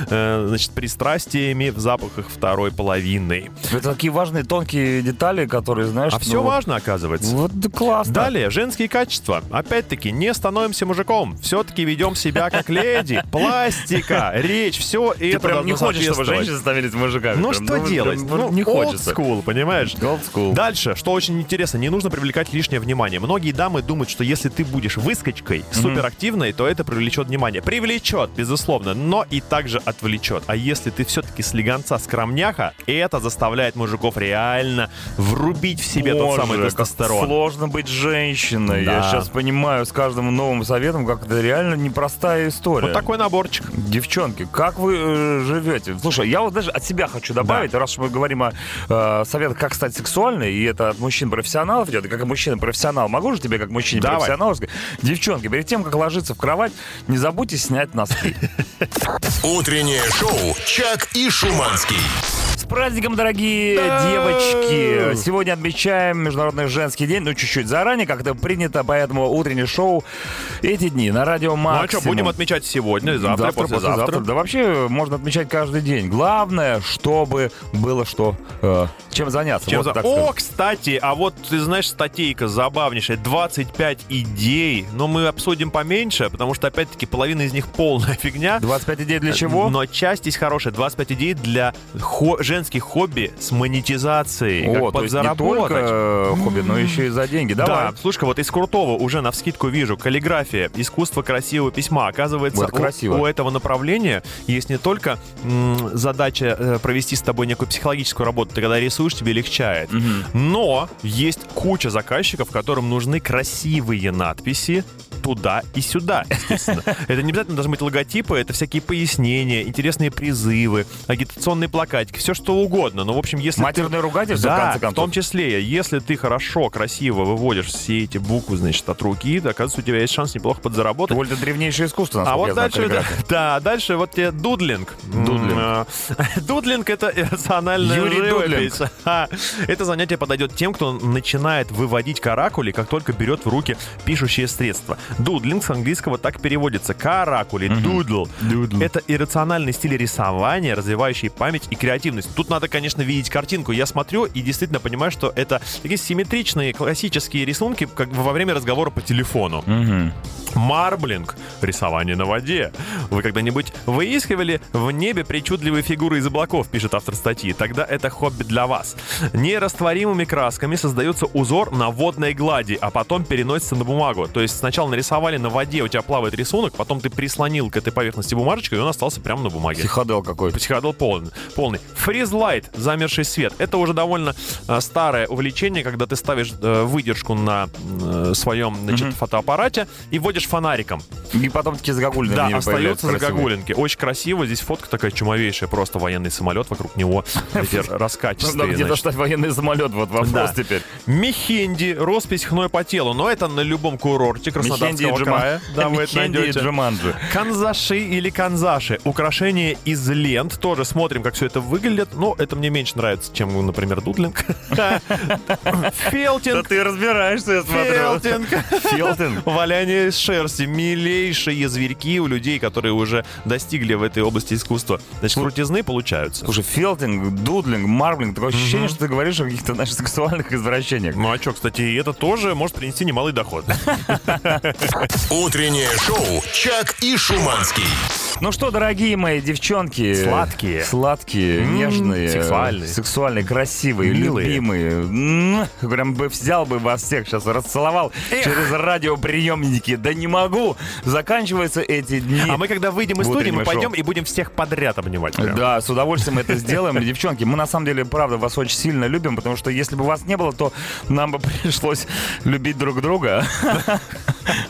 [SPEAKER 3] э, значит, пристрастиями в запахах второй половины.
[SPEAKER 2] Это такие важные тонкие детали, которые, знаешь...
[SPEAKER 3] А
[SPEAKER 2] ну,
[SPEAKER 3] все важно, оказывается.
[SPEAKER 2] Вот да классно. Типа
[SPEAKER 3] Далее, женские качества. Опять-таки, не становимся мужиком. Все-таки ведем себя как леди. Пластика, речь, все
[SPEAKER 2] Ты
[SPEAKER 3] это
[SPEAKER 2] прям не
[SPEAKER 3] должно
[SPEAKER 2] хочешь, чтобы
[SPEAKER 3] соответствовать.
[SPEAKER 2] женщины становились мужиками.
[SPEAKER 3] Ну
[SPEAKER 2] Прям,
[SPEAKER 3] что
[SPEAKER 2] вот
[SPEAKER 3] делать?
[SPEAKER 2] прям,
[SPEAKER 3] Ну,
[SPEAKER 2] вот не
[SPEAKER 3] old
[SPEAKER 2] хочется.
[SPEAKER 3] school, school, понимаешь?
[SPEAKER 2] Gold School.
[SPEAKER 3] Дальше, что очень интересно, не нужно привлекать лишнее внимание. Многие дамы думают, что если ты будешь выскочкой, суперактивной, то это привлечет внимание. Привлечет, безусловно, но и также отвлечет. А если ты все-таки слегонца скромняха, это заставляет мужиков реально врубить в себе тот
[SPEAKER 2] Боже,
[SPEAKER 3] самый
[SPEAKER 2] как
[SPEAKER 3] тестостерон.
[SPEAKER 2] Сложно быть женщиной. Я
[SPEAKER 3] Да.
[SPEAKER 2] сейчас понимаю с каждым новым советом, как это реально непростая история.
[SPEAKER 3] Вот такой наборчик.
[SPEAKER 2] Девчонки, как вы э, живете? Слушай, я вот даже от себя хочу добавить, раз уж мы говорим о э, советах, как стать сексуальной, и это от мужчин-профессионалов идет, и как мужчина-профессионал, могу же тебе как мужчине-профессионалу сказать? Девчонки, перед тем, как ложиться в кровать, не забудьте снять носки.
[SPEAKER 1] Утреннее шоу «Чак и Шуманский».
[SPEAKER 2] С праздником, дорогие
[SPEAKER 3] Да.
[SPEAKER 2] девочки! Сегодня отмечаем Международный женский день, ну, чуть-чуть заранее, как это принято, поэтому утреннее шоу эти дни на радио
[SPEAKER 3] Ну
[SPEAKER 2] Максимум.
[SPEAKER 3] а что, будем отмечать сегодня, Ну завтра,
[SPEAKER 2] послезавтра.
[SPEAKER 3] послезавтра.
[SPEAKER 2] Да вообще э, можно отмечать каждый день. Главное, чтобы было что, э, чем заняться.
[SPEAKER 3] Чем
[SPEAKER 2] Вот
[SPEAKER 3] за-
[SPEAKER 2] так
[SPEAKER 3] О,
[SPEAKER 2] сказать.
[SPEAKER 3] кстати, а вот ты знаешь, статейка забавнейшая, 25 идей, но мы обсудим поменьше, потому что, опять-таки, половина из них полная фигня.
[SPEAKER 2] 25 идей
[SPEAKER 3] Э,
[SPEAKER 2] для чего?
[SPEAKER 3] Но часть здесь хорошая, 25 идей для хо- женских хобби с монетизацией,
[SPEAKER 2] О,
[SPEAKER 3] как
[SPEAKER 2] то есть не
[SPEAKER 3] подзаработать.
[SPEAKER 2] только э, хобби, но еще и за деньги. Давай.
[SPEAKER 3] Да, слушай, вот из Крутого уже навскидку вижу каллиграфия, искусство красивого письма. Оказывается,
[SPEAKER 2] Вот это
[SPEAKER 3] у-
[SPEAKER 2] красиво.
[SPEAKER 3] У, этого направления есть не только м, задача э, провести с тобой некую психологическую работу, ты когда рисуешь, тебе легчает. Но есть куча заказчиков, которым нужны красивые надписи туда и сюда, естественно. Это не обязательно должны быть логотипы, это всякие пояснения, интересные призывы, агитационные плакатики, все что угодно. Но, в общем, если ты-
[SPEAKER 2] Матерное ругательство, в
[SPEAKER 3] да,
[SPEAKER 2] конце
[SPEAKER 3] в
[SPEAKER 2] концов.
[SPEAKER 3] том числе, если ты хорошо, красиво выводишь все эти буквы, значит, от руки, то, оказывается, у тебя есть шанс неплохо подзаработать.
[SPEAKER 2] Довольно древнейшее искусство,
[SPEAKER 3] А
[SPEAKER 2] насколько
[SPEAKER 3] вот
[SPEAKER 2] я знаю,
[SPEAKER 3] дальше, это-
[SPEAKER 2] каллиграфия.
[SPEAKER 3] да, дальше вот тебе дудлинг. М,
[SPEAKER 2] Дудлинг.
[SPEAKER 3] э, Дудлинг — это иррациональная
[SPEAKER 2] Юрий Дудлинг.
[SPEAKER 3] живопись. Ха. Это занятие подойдет тем, кто начинает выводить каракули, как только берет в руки пишущие средства. Дудлинг с английского так переводится. Каракули, дудл. Это иррациональный стиль рисования, развивающий память и креативность. Тут надо, конечно, видеть картинку. Я смотрю и действительно понимаю, что это такие симметричные классические рисунки, как во время разговора по телефону.
[SPEAKER 2] Мгм.
[SPEAKER 3] Марблинг — рисование на воде. Вы когда-нибудь выискивали в небе причудливые фигуры из облаков, пишет автор статьи. Тогда это хобби для вас. Нерастворимыми красками создается узор на водной глади, а потом переносится на бумагу. То есть сначала нарисовали на воде, у тебя плавает рисунок, потом ты прислонил к этой поверхности бумажечку, и он остался прямо на бумаге.
[SPEAKER 2] Психодел какой-то.
[SPEAKER 3] Психодел полный. полный. Фризлайт, замерший свет. Это уже довольно э, старое увлечение, когда ты ставишь э, выдержку на э, своем значит, фотоаппарате и вводишь фонариком.
[SPEAKER 2] И потом такие загогулины
[SPEAKER 3] Да,
[SPEAKER 2] на небе
[SPEAKER 3] остаются
[SPEAKER 2] появляются красивые.
[SPEAKER 3] загогулинки. Очень красиво. Здесь фотка такая чумовейшая. Просто военный самолет, вокруг него ветер
[SPEAKER 2] Нужно
[SPEAKER 3] раскачистые.
[SPEAKER 2] Ну, где
[SPEAKER 3] значит.
[SPEAKER 2] достать военный самолет, вот вопрос
[SPEAKER 3] Да.
[SPEAKER 2] теперь.
[SPEAKER 3] Мехенди, роспись хной по телу. Но это на любом
[SPEAKER 2] Мехенди
[SPEAKER 3] курорте
[SPEAKER 2] и
[SPEAKER 3] Краснодарского
[SPEAKER 2] Джуман-
[SPEAKER 3] края. Да, вы это
[SPEAKER 2] Мехенди и
[SPEAKER 3] найдете.
[SPEAKER 2] Джуманджи.
[SPEAKER 3] Канзаши или канзаши. Украшения из лент. Тоже смотрим, как все это выглядит. Но это мне меньше нравится, чем, например, дудлинг.
[SPEAKER 2] Да
[SPEAKER 3] Фелтинг.
[SPEAKER 2] ты разбираешься, я смотрю.
[SPEAKER 3] Фелтинг.
[SPEAKER 2] Филтинг.
[SPEAKER 3] Валяние из шерсти. Милейшие зверьки у людей, которые уже достигли в этой области искусства. Значит, крутизны получаются.
[SPEAKER 2] Слушай, филтинг, дудлинг, марблинг, такое ощущение, что ты говоришь о каких-то наших сексуальных извращениях.
[SPEAKER 3] Ну а что, кстати, и это тоже может принести немалый доход.
[SPEAKER 1] Утреннее шоу «Чак и Шуманский».
[SPEAKER 2] Ну что, дорогие мои девчонки.
[SPEAKER 3] Сладкие.
[SPEAKER 2] Сладкие,
[SPEAKER 3] М,
[SPEAKER 2] нежные.
[SPEAKER 3] сексуальные.
[SPEAKER 2] Сексуальные, красивые,
[SPEAKER 3] Милые.
[SPEAKER 2] любимые. М, Прям бы взял бы вас всех сейчас, расцеловал через радиоприемники. Да не могу. Заканчиваются эти дни.
[SPEAKER 3] А мы, когда выйдем из студии, мы
[SPEAKER 2] Утреннее шоу.
[SPEAKER 3] пойдем и будем всех подряд обнимать. прям.
[SPEAKER 2] Да, с удовольствием это сделаем. Девчонки, мы на самом деле, правда, вас очень сильно любим, потому что если бы вас не было, то нам бы пришлось любить друг друга.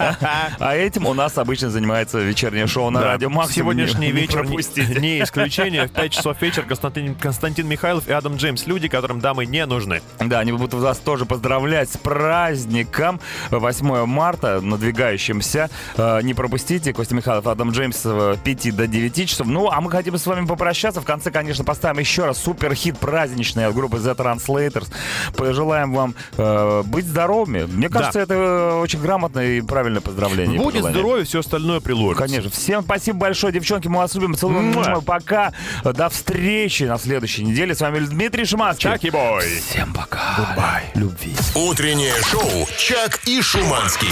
[SPEAKER 2] А этим у нас обычно занимается вечернее шоу на
[SPEAKER 3] Да.
[SPEAKER 2] радио Максимум.
[SPEAKER 3] Сегодняшний
[SPEAKER 2] Не- не
[SPEAKER 3] вечер не-
[SPEAKER 2] пропустите.
[SPEAKER 3] не исключение. В 5 часов вечера Константин, Константин Михайлов и Адам Джеймс. Люди, которым дамы не нужны.
[SPEAKER 2] Да, они будут вас тоже поздравлять с праздником 8 марта, надвигающимся. Э, Не пропустите. Костя Михайлов, Адам Джеймс э, с 5 до 9 часов. Ну, а мы хотим с вами попрощаться. В конце, конечно, поставим еще раз суперхит праздничный от группы The Translators. Пожелаем вам э, быть здоровыми. Мне кажется, это э, очень грамотное и правильное поздравление.
[SPEAKER 3] Будет
[SPEAKER 2] пожелание.
[SPEAKER 3] здоровье, все остальное приложится.
[SPEAKER 2] Конечно. Всем спасибо большое, девчонки. Мы вас любим. Целуем.
[SPEAKER 3] Муа.
[SPEAKER 2] Муа. Пока. До встречи на следующей неделе. С вами Дмитрий Шиманский.
[SPEAKER 3] Чаки бой.
[SPEAKER 2] Всем пока. Любви.
[SPEAKER 1] Утреннее шоу «Чак и Шуманский».